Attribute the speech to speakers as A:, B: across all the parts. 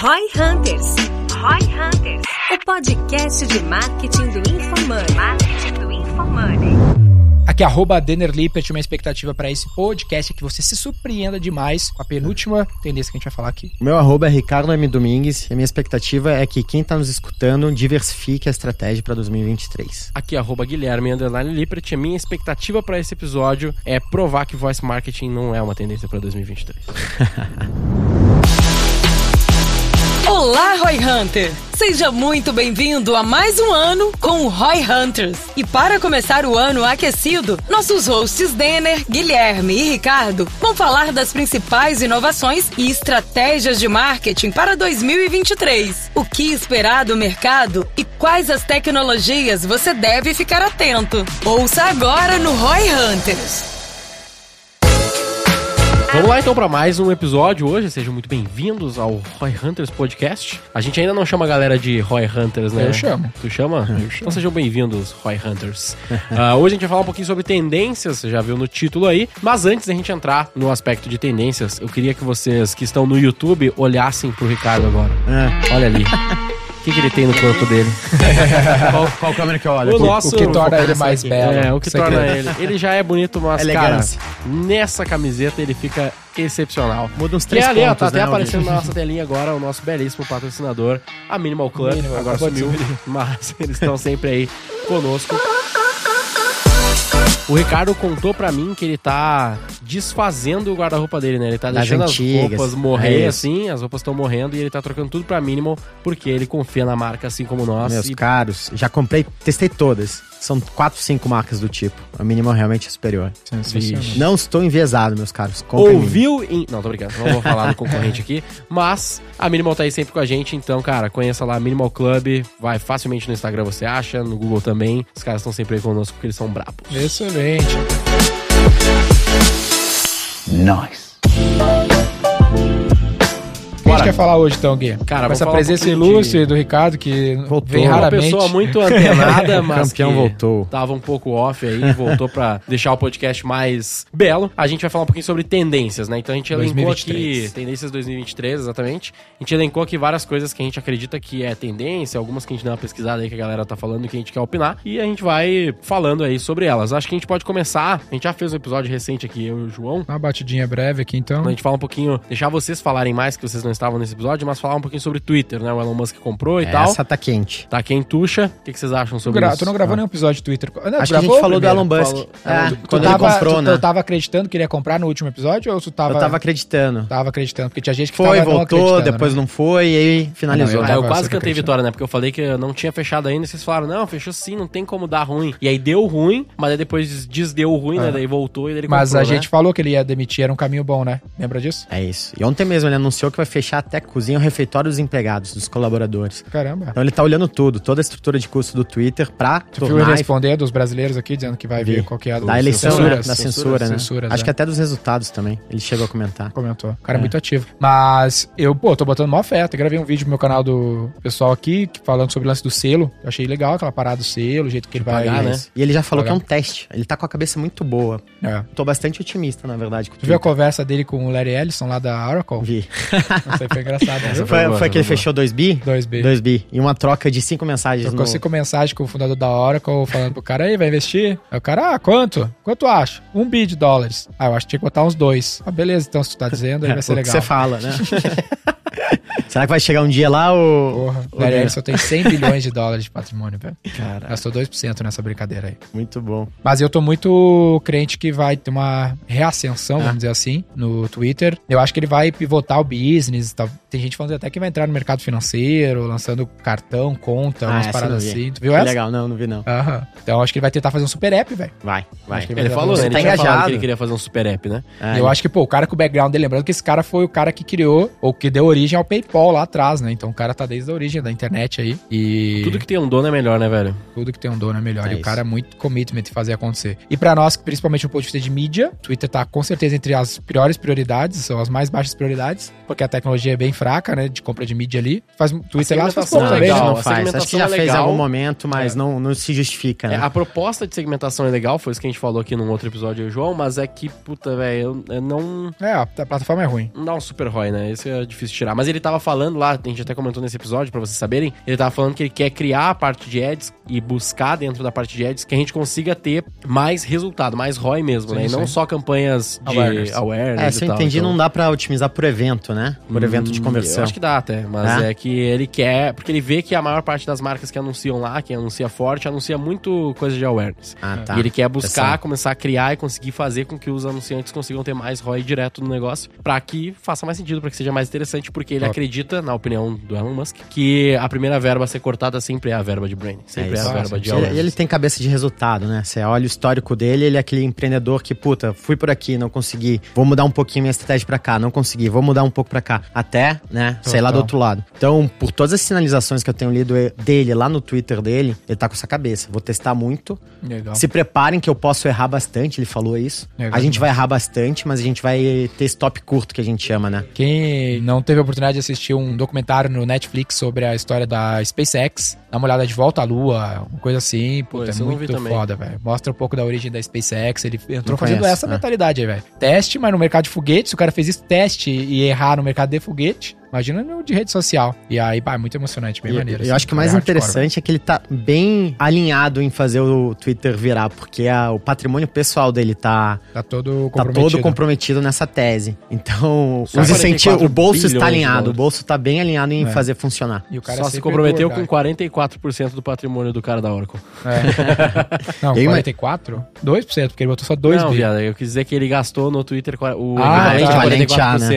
A: Roy Hunters. Roy Hunters. O podcast de marketing do InfoMoney. Marketing do InfoMoney.
B: Aqui, arroba Denner Lippert, uma expectativa para esse podcast é que você se surpreenda demais com a penúltima tendência que a gente vai falar aqui.
C: O meu arroba é Ricardo M. Domingues e a minha expectativa é que quem está nos escutando diversifique a estratégia para 2023.
D: Aqui, arroba Guilherme Underline Lippert. A minha expectativa para esse episódio é provar que voice marketing não é uma tendência para 2023.
E: Olá, Roy Hunter! Seja muito bem-vindo a mais um ano com o Roy Hunters. E para começar o ano aquecido, nossos hosts Denner, Guilherme e Ricardo vão falar das principais inovações e estratégias de marketing para 2023. O que esperar do mercado e quais as tecnologias você deve ficar atento. Ouça agora no Roy Hunters.
D: Vamos lá então para mais um episódio hoje. Sejam muito bem-vindos ao Roy Hunters Podcast. A gente ainda não chama a galera de Roy Hunters, né?
B: Eu chamo.
D: Tu chama? Eu chamo. Então sejam bem-vindos, Roy Hunters. Ah, hoje a gente vai falar um pouquinho sobre tendências, você já viu no título aí. Mas antes da gente entrar no aspecto de tendências, eu queria que vocês que estão no YouTube olhassem pro Ricardo agora.
C: Ah,
D: Olha ali. O que, que ele tem no corpo dele?
C: qual, Tá qual câmera que eu olho?
D: O
C: Aqui.
D: nosso-
B: o que torna ele mais
C: aqui.
B: belo.
D: É, o que
B: Isso aqui.
D: torna ele. Ele já é bonito, mas, cara,
C: Elegância.
D: nessa camiseta ele fica excepcional.
C: Muda uns
D: Que é
C: três
D: ali, ó,
C: pontos,
D: tá até
C: né,
D: aparecendo
C: Aldir?
D: na nossa telinha agora o nosso belíssimo patrocinador, a Minimal Club.
B: Minimal,
D: agora
B: acabou de
D: sumiu, mas eles estão sempre aí conosco. O Ricardo contou pra mim que ele tá desfazendo o guarda-roupa dele, né? Ele tá
C: Das
D: deixando
C: antigas.
D: as roupas morrer,
C: É isso.
D: assim, as roupas estão morrendo e ele tá trocando tudo pra Minimal, porque ele confia na marca assim como nós.
C: Meus
D: e
C: caros, já comprei, testei todas. São quatro, cinco marcas do tipo. A mínima realmente é superior.
B: Sensacional.
C: Não estou enviesado, meus caros. Comprem mínima.
D: ouviu em. Não, tô brincando, não vou falar do concorrente aqui. Mas a Minimal tá aí sempre com a gente, então, cara, conheça lá Minimal Club. Vai facilmente no Instagram, você acha, no Google também. Os caras estão sempre aí conosco porque eles são brabos.
B: Excelente. Nice. O que a gente
D: Bora.
B: quer falar hoje, então, Gui?
D: Cara,
B: Com
D: vamos
B: essa
D: falar um
B: presença
D: pouquinho de-
B: ilustre do Ricardo, que
C: Voltou.
B: vem
C: Uma
D: Uma
B: raramente.
D: pessoa muito antenada, mas
C: Campeão
D: que
C: voltou.
D: tava um pouco off aí, voltou pra deixar o podcast mais belo. A gente vai falar um pouquinho sobre tendências, né? Então a gente elencou
B: 2023.
D: aqui tendências 2023, exatamente. A gente elencou aqui várias coisas que a gente acredita que é tendência, algumas que a gente deu uma pesquisada aí que a galera tá falando que a gente quer opinar e a gente vai falando aí sobre elas. Acho que a gente pode começar. A gente já fez um episódio recente aqui eu e o João
B: Uma batidinha breve aqui, então.
D: a gente fala um pouquinho, deixar vocês falarem mais que vocês não estavam nesse episódio, mas falar um pouquinho sobre Twitter, né? O Elon Musk comprou e tal.
C: Essa tá quente.
D: Tá quem tuxa. O que que vocês acham
B: Tu,
D: sobre
B: gra-
D: isso?
B: tu não gravou nenhum episódio do Twitter.
D: É,
B: Não,
C: Acho que a
B: gravou
C: gente falou do
B: primeiro.
C: Elon Musk.
D: Falou-
C: É,
D: Tu-
B: Tá. Tu
C: quando
B: tava,
C: ele comprou,
B: tu,
C: né?
B: tu tava acreditando que ele ia comprar no último episódio ou tu tava.
C: Eu tava acreditando.
B: tava acreditando, porque tinha gente que
C: Foi,
B: tava não
C: voltou,
B: acreditando, né?
C: depois não foi, e aí finalizou.
B: Não,
D: Ah, eu
B: tava super
D: quase cantei
B: acreditando.
D: vitória, né? Porque eu falei que eu não tinha fechado ainda, e vocês falaram, não, fechou sim, não tem como dar ruim. E aí deu ruim, mas aí depois desdeu ruim, né? Daí voltou e daí ele
B: É. Mas
D: comprou,
B: a
D: né?
B: gente falou que ele ia demitir, era um caminho bom, né? Lembra disso?
C: É isso. E ontem mesmo ele anunciou que vai fechar até a cozinha e o refeitório dos empregados, dos colaboradores.
B: Caramba.
C: Então ele tá olhando tudo, toda a estrutura de custo do Twitter pra
B: Tu viu ele
C: tornar
B: responder dos brasileiros aqui, dizendo que vai ver
C: Vi.
B: qual que é a do-
C: da eleição, né?
B: censuras,
C: Da censura, né?
B: censuras,
C: Acho
B: é.
C: que até dos resultados também. Ele chegou a comentar.
B: Comentou. O cara é muito ativo. Mas eu, pô, tô botando maior fé. Até gravei um vídeo pro meu canal do pessoal aqui, que- falando sobre o lance do selo. Eu achei legal aquela parada do selo, o jeito que ele vai.
D: pagar, né?
C: E ele já falou
B: Legal.
C: que é um teste. Ele tá com a cabeça muito boa.
B: É.
C: Tô bastante otimista, na verdade. com o
B: Tu viu a
C: Twitter.
B: conversa dele com o Larry Ellison lá da Oracle?
C: Vi.
B: Isso aí foi engraçado, né?
D: foi
C: Foi,
D: boa,
C: foi que ele
D: foi boa.
C: fechou 2 bi?
B: 2B.
C: 2 bi. E uma troca de cinco mensagens
B: Trocou
C: no...
B: cinco mensagens com o fundador da Oracle falando pro cara, aí, vai investir? Aí o cara, ah, quanto? Quanto acha? Um bi de dólares. Ah, eu acho que tinha que botar uns dois. Ah, beleza, então se tu tá dizendo, aí vai ser
C: É, o que
B: legal.
C: você fala, né? Será que vai chegar um dia lá o...
B: Porra,
C: o
B: Larry
C: Daniel?
B: Ellison tem 100 bilhões de dólares de patrimônio, velho.
C: Cara,
B: Gastou 2% nessa brincadeira aí.
C: muito bom.
B: Mas eu tô muito crente que vai ter uma reascensão,
C: É.
B: vamos dizer assim, no Twitter. Eu acho que ele vai pivotar o business e tal. Tem gente falando até que vai entrar no mercado financeiro, lançando cartão, conta,
C: Ah,
B: umas
C: essa eu
B: paradas
C: não vi.
B: assim. Tu
C: Que
B: viu essa?
C: É legal, não, não vi não.
B: Aham. Então acho que ele vai tentar fazer um super app, velho.
C: Vai, vai.
B: Acho que
D: Ele falou, né?
B: Você
D: Ele
C: tá
D: tinha falado
C: engajado.
D: que ele queria fazer um super app, né?
C: É,
B: eu acho que, pô, o cara com o background dele, lembrando que esse cara foi o cara que criou, ou que deu origem ao PayPal lá atrás, né? Então o cara tá desde a origem da internet aí. E
D: Tudo que tem um dono é melhor, né, velho?
B: Tudo que tem um dono é melhor.
C: É
B: e o
C: isso.
B: cara é muito commitment em fazer acontecer. E pra nós, principalmente no ponto de vista de mídia, Twitter tá com certeza entre as piores prioridades, são as mais baixas prioridades, porque a tecnologia é bem fraca, né? De compra de mídia ali. Faz Twitter lá, faz
D: segmentação
B: pouco
C: Não,
B: também.
D: legal,
B: né?
C: não
D: a
C: faz. Acho que
D: segmentação
C: já
D: é
C: fez em
D: legal.
C: algum momento, mas não, não se justifica,
D: É,
C: né?
D: a proposta de segmentação é legal, foi isso que a gente falou aqui num outro episódio, eu e o João, mas é que, puta, velho, eu- eu não.
B: É, a plataforma é ruim.
D: Não dá um super ROI, né? Esse é né? difícil tirar. Mas ele tava falando lá, a gente até comentou nesse episódio, pra vocês saberem, ele tava falando que ele quer criar a parte de ads e buscar dentro da parte de ads que a gente consiga ter mais resultado, mais ROI mesmo,
B: Sim,
D: né? E não
B: sim.
D: só campanhas de awareness, então.
B: Awareness.
C: É, se eu entendi, não dá pra otimizar por evento, né? Por evento de
D: Hum,
C: conversão.
D: Eu acho que dá até, mas é?
C: É?
D: que ele quer, porque ele vê que a maior parte das marcas que anunciam lá, que anuncia forte, anuncia muito coisa de awareness.
C: Ah, tá.
D: E ele quer buscar,
C: Essa-
D: começar a criar e conseguir fazer com que os anunciantes consigam ter mais ROI direto no negócio, pra que faça mais sentido, pra que seja mais interessante, porque ele
B: Top.
D: acredita, na opinião do Elon Musk, que a primeira verba a ser cortada sempre é a verba de branding, sempre é,
C: isso.
D: a verba de
C: E ele,
D: awareness.
C: e ele tem cabeça de resultado, né? Você olha o histórico dele, ele é aquele empreendedor que, puta, fui por aqui, não consegui, vou mudar um pouquinho minha estratégia pra cá, não consegui, vou mudar um pouco pra cá, até, né, sei lá do outro lado. Então, por todas as sinalizações que eu tenho lido e- dele lá no Twitter dele, ele tá com essa cabeça. Vou testar muito,
B: Legal.
C: se preparem que eu posso errar bastante, ele falou isso.
B: Legal
C: a gente
B: demais.
C: vai errar bastante, mas a gente vai ter stop curto, que a gente chama, né?
B: Quem não teve a oportunidade de assistir um documentário no Netflix sobre a história da SpaceX, dá uma olhada de volta à Lua, uma coisa assim,
D: Pô,
B: puta,
D: esse
B: é
D: eu não vi
B: muito
D: também.
B: foda, velho. Mostra um pouco da origem da SpaceX, ele entrou
C: Não
B: fazendo
C: conheço,
B: essa
D: né?
C: é.
B: mentalidade aí, velho. Teste, mas no mercado de foguetes, o cara fez isso, teste e errar no mercado de foguete, imagina no de rede social. E aí, pá, é muito emocionante, bem
C: E-
B: maneiro.
C: Eu
B: assim,
C: acho que
B: é
C: o mais
B: hardcore,
C: interessante é que ele tá bem alinhado em fazer o Twitter virar, porque a- o patrimônio pessoal dele tá,
B: velho. Tá todo
C: tá
B: comprometido.
C: todo comprometido nessa tese. Então,
D: Só
C: os incentivos,
D: 44
C: o bolso está
D: bilhões de
C: alinhado, o
D: dólares.
C: bolso tá bem alinhado em
B: É.
C: fazer funcionar.
B: E o cara
D: Só
B: sempre
D: se comprometeu
B: é
D: com 44% do patrimônio do cara da Oracle.
B: É. Não,
C: E aí, mas-
B: 44? 2%, porque ele botou só 2
D: não,
B: bi.
D: viado, eu quis dizer que ele gastou no Twitter quora- o
B: Ah,
D: equivalente a
C: equivalente a,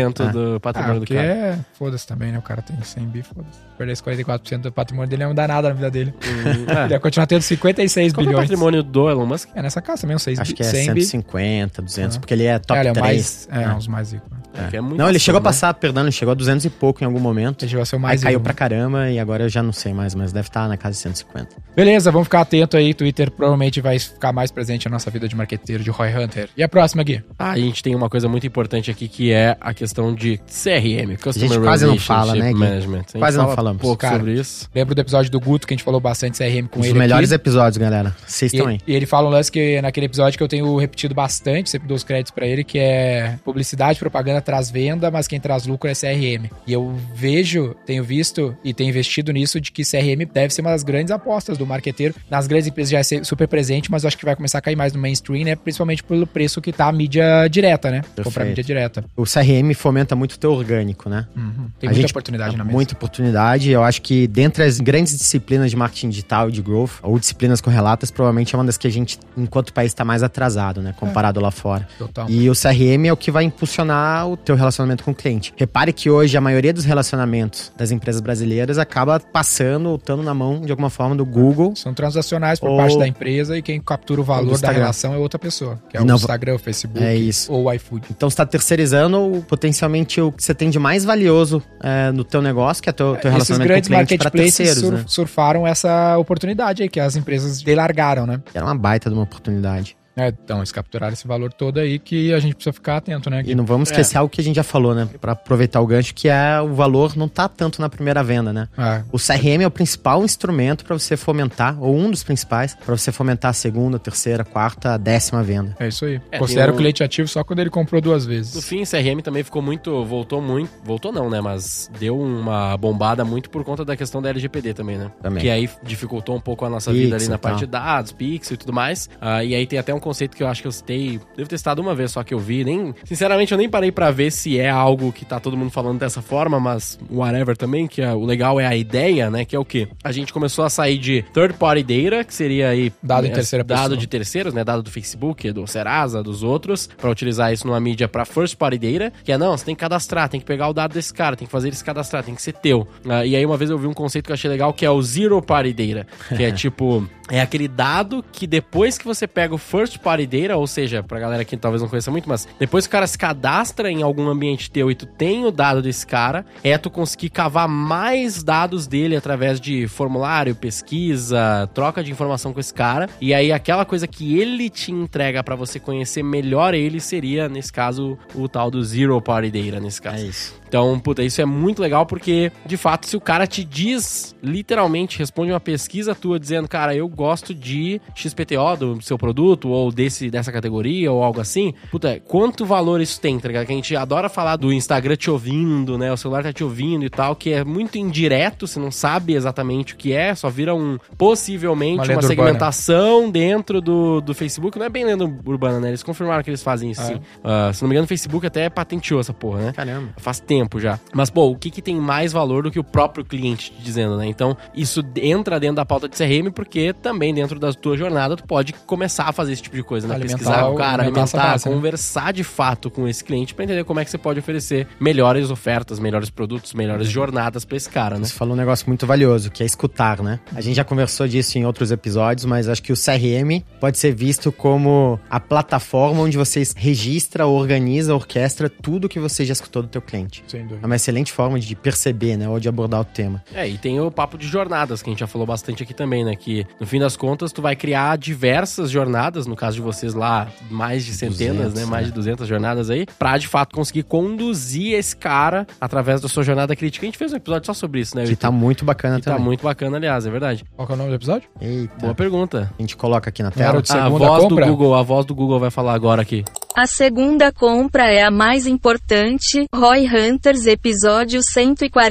D: 44%
C: tá. né?
D: do
B: Ah,
D: patrimônio do
B: porque
D: cara.
B: é. Foda-se também, né? O cara tem 100 bi, foda-se. Perder esse 44% do patrimônio dele não dá nada na vida dele.
D: Hum,
B: Ele
D: é.
B: ia continuar tendo 56
D: Qual que é o
B: bilhões.
D: patrimônio do Elon Musk?
B: É nessa casa também, uns 6
C: Acho
B: bi,
C: que é
B: 100 bi.
C: 150, 200,
B: Ah.
C: porque ele é top
B: Cara, é, o
C: 3.
B: mais, é,
C: né?
B: uns mais ricos. né?
D: É, que é muito
C: Não, ele
D: acima,
C: chegou a
D: né?
C: passar, perdão, ele chegou a 200 e pouco em algum momento.
B: Ele chegou a ser o
C: Aí
B: mais
C: caiu
B: rico.
C: pra caramba e agora eu já não sei mais, mas deve estar na casa de 150.
B: Beleza, vamos ficar atento aí. Twitter provavelmente vai ficar mais presente na nossa vida de marqueteiro, de Roy Hunter. E a próxima, Gui?
D: Ah, e a gente tem uma coisa muito importante aqui que é a questão de CRM, Customer
C: gente quase não fala,
D: Relationship
C: né, Gui?
D: Management. A gente
C: Quase não
D: fala
C: falamos.
D: pouco
B: Cara,
D: sobre isso.
B: Lembra do episódio do Guto, que a gente falou bastante CRM com
C: Um dos
B: ele
C: melhores
B: aqui?
C: episódios, galera. Vocês estão aí.
B: E, e ele fala um lance que naquele episódio que eu tenho repetido bastante, sempre dou os créditos pra ele, que é publicidade, propaganda traz venda, mas quem traz lucro é CRM. E eu vejo, tenho visto e tenho investido nisso de que CRM deve ser uma das grandes apostas do marqueteiro. Nas grandes empresas já é ser super presente, mas eu acho que vai começar a cair mais no mainstream, né? Principalmente pelo preço que tá a mídia direta, né? Comprar
C: Perfeito.
B: mídia direta.
C: O CRM fomenta muito o teu orgânico, né?
B: Uhum. Tem
C: A
B: muita
C: gente- tá
B: oportunidade na mesa.
C: Muita oportunidade. Eu acho que dentre as grandes disciplinas de marketing digital e de growth, ou disciplinas correlatas, provavelmente é uma das que a gente, enquanto país, está mais atrasado, né? Comparado lá fora.
B: Total.
C: E o CRM é o que vai impulsionar o teu relacionamento com o cliente. Repare que hoje a maioria dos relacionamentos das empresas brasileiras acaba passando ou estando na mão, de alguma forma, do Google.
B: São transacionais por
C: Ou-
B: parte da empresa e quem captura o valor da
C: Instagram.
B: relação é outra pessoa, que é o
C: Não,
B: Instagram, o Facebook
C: É isso.
B: ou o iFood.
C: Então você está terceirizando o- potencialmente o que você tem de mais valioso é, no teu negócio, que é teu, teu
B: Esses
C: relacionamento com o
B: grandes
C: cliente, para
B: marketplaces
C: terceiros,
B: sur-
C: né?
B: surfaram essa oportunidade aí que as empresas delargaram, né?
C: Era uma baita de uma oportunidade.
B: É, então, eles capturaram esse valor todo aí que a gente precisa ficar atento, né?
C: E não vamos esquecer algo que a gente já falou, né? Para aproveitar o gancho, que é o valor não tá tanto na primeira venda, né?
B: Ah,
C: O CRM é o principal instrumento para você fomentar, ou um dos principais, para você fomentar a segunda, a terceira, a quarta, a décima venda.
B: é isso aí.
D: É,
B: Considera
D: tem um-
B: o cliente ativo só quando ele comprou duas
D: No
B: vezes.
D: fim, CRM também ficou muito. Voltou muito. Voltou não, né? Mas deu uma bombada muito por conta da questão da LGPD também, né?
C: Também.
D: Que aí dificultou um pouco a nossa
C: Pixel
D: vida ali na
C: e tal.
D: parte de dados, pixel e tudo mais. Ah, e aí tem até um conceito que eu acho que eu citei. Devo ter citado uma vez só que eu vi. Nem, sinceramente, eu nem parei pra ver se é algo que tá todo mundo falando dessa forma, mas whatever também, que é- o legal é a ideia, né? Que é o quê? A gente começou a sair de third party data, que seria aí.
B: Dado em
D: né,
B: terceira
D: Dado
B: pessoa.
D: de terceiros, né? Dado do Facebook, do Serasa, dos outros, pra utilizar isso numa mídia pra first party data, que é não, você tem que cadastrar, tem que pegar o dado desse cara, tem que fazer ele se cadastrar, tem que ser teu. Ah, e aí uma vez eu vi um conceito que eu achei legal que é o zero party data, que é tipo é aquele dado que depois que você pega o first party data, ou seja, pra galera que talvez não conheça muito, mas depois que o cara se cadastra em algum ambiente teu e tu tem o dado desse cara, é tu conseguir cavar mais dados dele através de formulário, pesquisa, troca de informação com esse cara. E aí aquela coisa que ele te entrega pra você conhecer melhor ele seria, nesse caso, o tal do zero party data, nesse caso.
C: isso.
D: Então, puta, isso é muito legal porque, de fato, se o cara te diz, literalmente, responde uma pesquisa tua dizendo, cara, eu gosto de XPTO do seu produto, ou desse, dessa categoria, ou algo assim. Puta, quanto valor isso tem, tá ligado? Que a gente adora falar do Instagram te ouvindo, né? O celular tá te ouvindo e tal, que é muito indireto, você não sabe exatamente o que é, só vira um,
B: Uma
D: possivelmente, uma,
B: lenda urbana.
D: segmentação dentro do, do Facebook. Não é bem lenda urbana, né? Eles confirmaram que eles fazem isso,
B: É.
D: sim. Ah, se não me engano, o Facebook até patenteou essa porra, né?
C: Caramba.
D: Faz tempo já. Mas, pô, o que, que tem mais valor do que o próprio cliente te dizendo, né? Então, isso entra dentro da pauta de CRM, porque também dentro da tua jornada tu pode começar a fazer esse tipo de coisa, né?
B: Alimentar
D: Pesquisar o
B: o-
D: cara,
B: alimentar essa
D: alimentar,
B: base, né?
D: conversar de fato com esse cliente pra entender como é que você pode oferecer melhores ofertas, melhores produtos, melhores jornadas pra esse cara, né?
C: Você falou um negócio muito valioso, que é escutar, né? A gente já conversou disso em outros episódios, mas acho que o CRM pode ser visto como a plataforma onde você registra, organiza, orquestra tudo que você já escutou do teu cliente.
B: Sem
C: É
B: dúvida.
C: uma excelente forma de perceber, né? Ou de abordar o tema.
D: É, e tem o papo de jornadas, que a gente já falou bastante aqui também, né? Que no fim das contas, tu vai criar diversas jornadas, no caso de vocês lá, mais de centenas,
C: 200,
D: né?
C: né?
D: Mais de 200 jornadas aí, pra de fato conseguir conduzir esse cara através da sua jornada crítica. A gente fez um episódio só sobre isso, né?
C: Que
D: Vitor?
C: tá muito bacana
D: Que tá
C: também. Tá.
D: muito bacana, aliás, é verdade.
B: Qual que é o nome do episódio?
C: Eita.
D: Boa pergunta.
C: A gente coloca aqui na
B: Era
C: tela.
B: o de
D: A
B: segunda
D: voz
B: compra?
D: do Google, a voz do Google vai falar agora aqui.
A: A segunda compra é a mais importante. Roy Hunters, episódio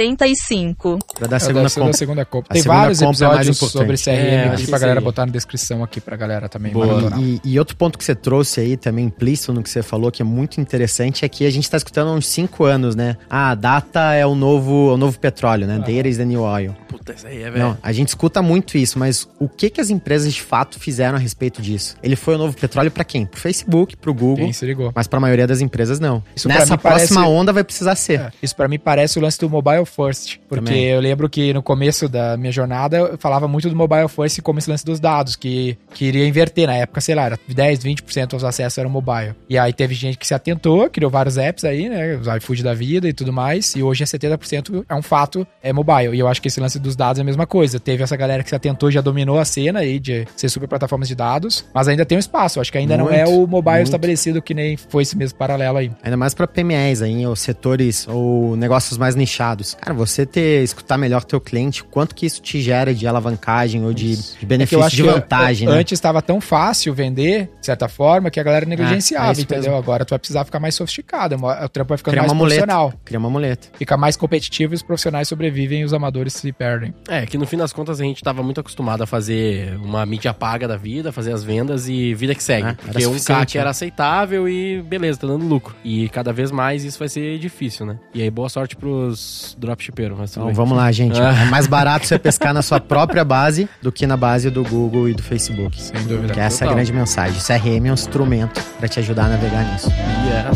A: 145.
C: Pra dar a
B: É,
C: segunda
B: deve ser da
C: compra.
B: segunda compra.
C: A
B: Tem
C: segunda
B: vários
C: compra é a mais
B: episódios sobre
C: importante.
D: É,
B: CRM.
D: acho
B: pedi
D: que
B: pra
D: isso
B: galera
D: aí.
B: botar na descrição aqui pra galera também.
D: Boa.
B: maratonar.
C: E, e outro ponto que você trouxe aí também, implícito no que você falou, que é muito interessante, é que a gente tá escutando há uns cinco anos, né? Ah, data é o novo, é o novo petróleo, né? Data is the new oil.
D: Puta, isso aí é
C: Não, a gente escuta muito isso, mas o que, que as empresas de fato fizeram a respeito disso? Ele foi o novo petróleo pra quem? Pro Facebook, pro Google,
B: Quem se ligou?
C: mas pra maioria das empresas não.
B: Isso pra
C: Nessa
B: mim parece-
C: próxima onda vai precisar ser.
B: É, Isso pra mim parece o lance do mobile first, porque
C: Também.
B: eu lembro que no começo da minha jornada eu falava muito do mobile first como esse lance dos dados, que queria inverter na época, sei lá, era 10, 20% dos acessos eram mobile. E aí teve gente que se atentou, criou vários apps aí, né, os iFood da vida e tudo mais, e hoje é 70% é um fato, é mobile. E eu acho que esse lance dos dados é a mesma coisa. Teve essa galera que se atentou, e já dominou a cena aí de ser super plataformas de dados, mas ainda tem um espaço, acho que ainda não é
C: Muito,
B: o mobile
C: muito.
B: estabelecido que nem foi esse mesmo paralelo aí.
C: Ainda mais pra PMEs aí, ou setores ou negócios mais nichados. Cara, você ter escutar melhor teu cliente, quanto que isso te gera de alavancagem ou de, de
B: É que
C: benefício,
B: eu acho
C: de
B: que
C: vantagem,
B: a-
C: né?
B: Antes estava tão fácil vender, de certa forma, que a galera negligenciava,
C: é isso
B: entendeu?
C: mesmo.
B: Agora tu vai precisar ficar mais sofisticado, o trampo vai ficando
C: Criar
B: mais
C: uma muleta.
B: profissional.
C: Cria uma muleta.
B: Fica mais competitivo e os profissionais sobrevivem e os amadores se perdem.
D: É, que no fim das contas a gente tava muito acostumado a fazer uma mídia paga da vida, fazer as vendas e vida que segue.
C: É, era
D: porque um
C: suficiente,
D: CAC
C: né?
D: era aceitável e beleza, tá dando lucro. E cada vez mais isso vai ser difícil, né? E aí boa sorte pros dropshippeiros. Mas tudo
C: Então
D: bem.
C: vamos lá, gente.
D: Ah.
C: É mais barato você pescar na sua própria base do que na base do Google e do Facebook.
B: Sem dúvida.
C: Que essa é a
D: Total.
C: grande mensagem. CRM é um instrumento pra te ajudar a navegar nisso.
B: Então-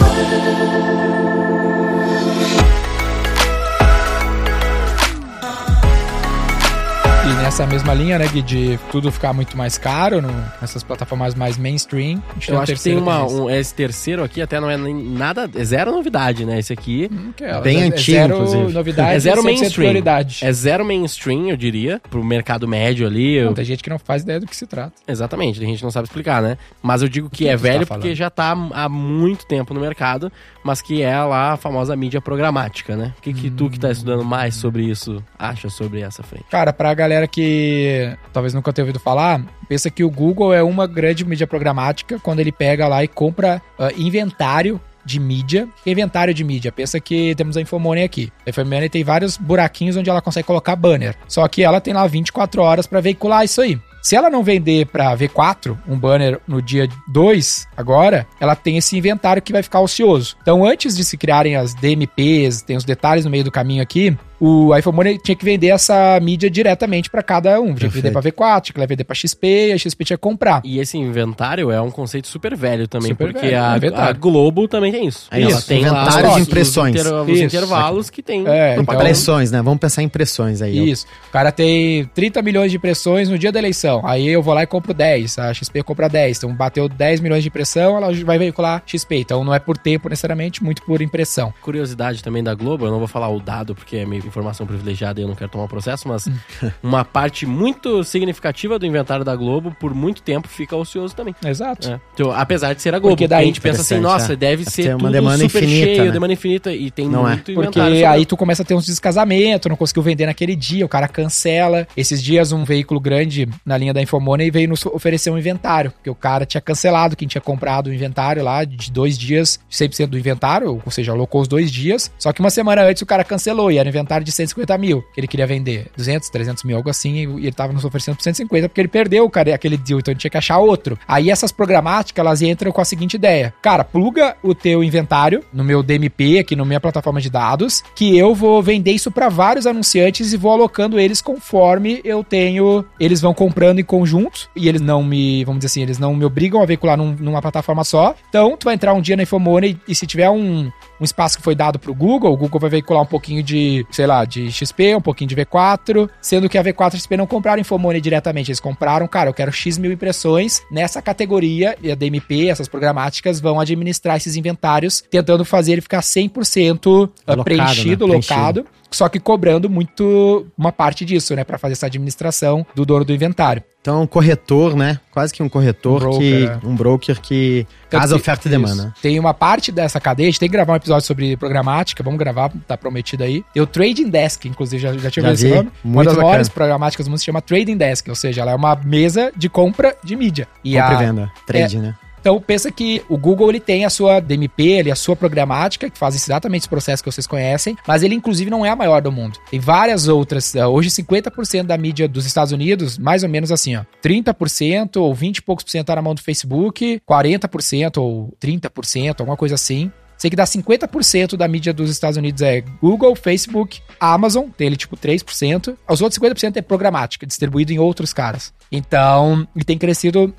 D: Yes.
B: E nessa mesma linha, né, Gui, de tudo ficar muito mais caro no- nessas plataformas mais mainstream. a gente
C: é
D: Eu
B: um
D: acho que tem
B: terceiro
D: uma,
B: também.
D: um- esse terceiro aqui até não é nem nada, é zero novidade, né? Esse aqui
B: Hum, que é, é
C: bem antigo,
B: zero
C: inclusive.
B: Novidade,
D: É zero
B: 100%
D: mainstream.
B: Prioridade.
D: é zero mainstream, eu diria, pro mercado médio ali.
B: Não,
D: eu-
B: tem gente que não faz ideia do que se trata.
D: Exatamente, a gente que não sabe explicar, né? Mas eu digo que é
B: que tu tá
D: velho
B: falando?
D: porque já tá há muito tempo no mercado, mas que é lá a famosa mídia programática, né? O que, que tu que tá estudando mais sobre isso acha sobre essa frente?
B: Cara, pra galera que talvez nunca tenha ouvido falar, pensa que o Google é uma grande mídia programática quando ele pega lá e compra ah, inventário de mídia. Que é Inventário de mídia. Pensa que temos a Infomoney aqui. A Infomoney tem vários buraquinhos onde ela consegue colocar banner. Só que ela tem lá 24 horas pra veicular isso aí. Se ela não vender pra V4 um banner no dia 2, agora, ela tem esse inventário que vai ficar ocioso. Então, antes de se criarem as DMPs, tem os detalhes no meio do caminho aqui, o iPhone tinha que vender essa mídia diretamente pra cada um. Tinha que vender pra V4, tinha que vender pra XP, e a XP tinha que comprar.
D: E esse inventário é um conceito super velho também,
B: Super
D: porque
B: velho, um
D: a,
B: inventário.
D: a Globo também tem isso.
C: É
D: Ela
C: isso,
D: tem lá
C: inventário
D: os-
B: de
D: os
C: impressões.
D: interva- Os,
B: Isso.
D: intervalos que tem.
B: É, então-
D: propaganda.
C: Impressões, né? Vamos pensar em impressões aí.
B: Isso. O cara tem 30 milhões de impressões no dia da eleição. Aí eu vou lá e compro 10. A XP compra 10. Então bateu 10 milhões de impressão, ela vai veicular XP. Então não é por tempo necessariamente, muito por impressão.
D: Curiosidade também da Globo, eu não vou falar o dado porque é meio informação privilegiada e eu não quero tomar um processo, mas uma parte muito significativa do inventário da Globo, por muito tempo, fica ocioso também.
B: Exato.
D: É. Então, apesar de ser a Globo,
B: Porque
D: porque
B: daí-
D: a gente pensa assim,
C: Interessante,
D: nossa,
C: é.
D: deve
C: Deve
D: ser
C: ter uma
D: tudo
C: demanda
D: super
C: infinita,
D: cheio,
C: né?
D: demanda infinita, e tem
C: Não é.
B: Porque
D: muito inventário. sobre-
B: aí tu começa a ter uns descasamentos, não conseguiu vender naquele dia, o cara cancela. Esses dias um veículo grande na linha da Infomoney veio nos oferecer um inventário, porque o cara tinha cancelado, quem tinha comprado o inventário lá de dois dias, 100% do inventário, ou seja, alocou os dois dias, só que uma semana antes o cara cancelou e era um inventário de 150 mil, que ele queria vender 200, 300 mil, algo assim, e ele tava nos oferecendo por 150 porque ele perdeu, cara, aquele deal, então ele tinha que achar outro. Aí essas programáticas, elas entram com a seguinte ideia. Cara, pluga o teu inventário no meu DMP, aqui na minha plataforma de dados, que eu vou vender isso para vários anunciantes e vou alocando eles conforme eu tenho. Eles vão comprando em conjunto e eles não me, vamos dizer assim, eles não me obrigam a veicular num- numa plataforma só. Então, tu vai entrar um dia na Infomoney e se tiver um, um espaço que foi dado pro Google, o Google vai veicular um pouquinho de, sei lá, de XP, um pouquinho de V4, sendo que a V4 e XP não compraram Infomoney diretamente, eles compraram, cara, eu quero X mil impressões nessa categoria, e a DMP, essas programáticas, vão administrar esses inventários, tentando fazer ele ficar 100%
C: Alocado,
B: preenchido,
C: né?
B: locado, só que cobrando muito uma parte disso, né, Pra fazer essa administração do dono do inventário.
C: Então, um corretor, né? Quase que um corretor
B: Um
C: que.
B: broker,
C: Um broker que
B: Tanto
C: casa
B: que-
C: oferta e demanda.
B: Então, Isso. Tem uma parte dessa cadeia, a gente tem que gravar um episódio sobre programática, vamos gravar, tá prometido aí. Tem o Trading Desk, inclusive, já, já tinha
C: Já
B: ouvido esse
C: vi,
B: nome.
C: muito
B: uma das
C: bacana.
B: maiores programáticas do mundo se chama Trading Desk, ou seja, ela é uma mesa de compra de mídia. E
C: Compra e
B: a, é,
C: venda. Trade, né?
B: então pensa que o Google ele tem a sua DMP, ali, a sua programática, que faz exatamente esse processo que vocês conhecem, mas ele inclusive não é a maior do mundo. Tem várias outras. eh, Hoje 50% da mídia dos Estados Unidos, mais ou menos assim, ó, 30% ou 20 e poucos por cento tá na mão do Facebook, 40% ou 30%, alguma coisa assim. Sei que dá 50% da mídia dos Estados Unidos é Google, Facebook, Amazon, tem ele tipo 3%. Os outros 50% é programática, distribuído em outros caras. Então, e tem crescido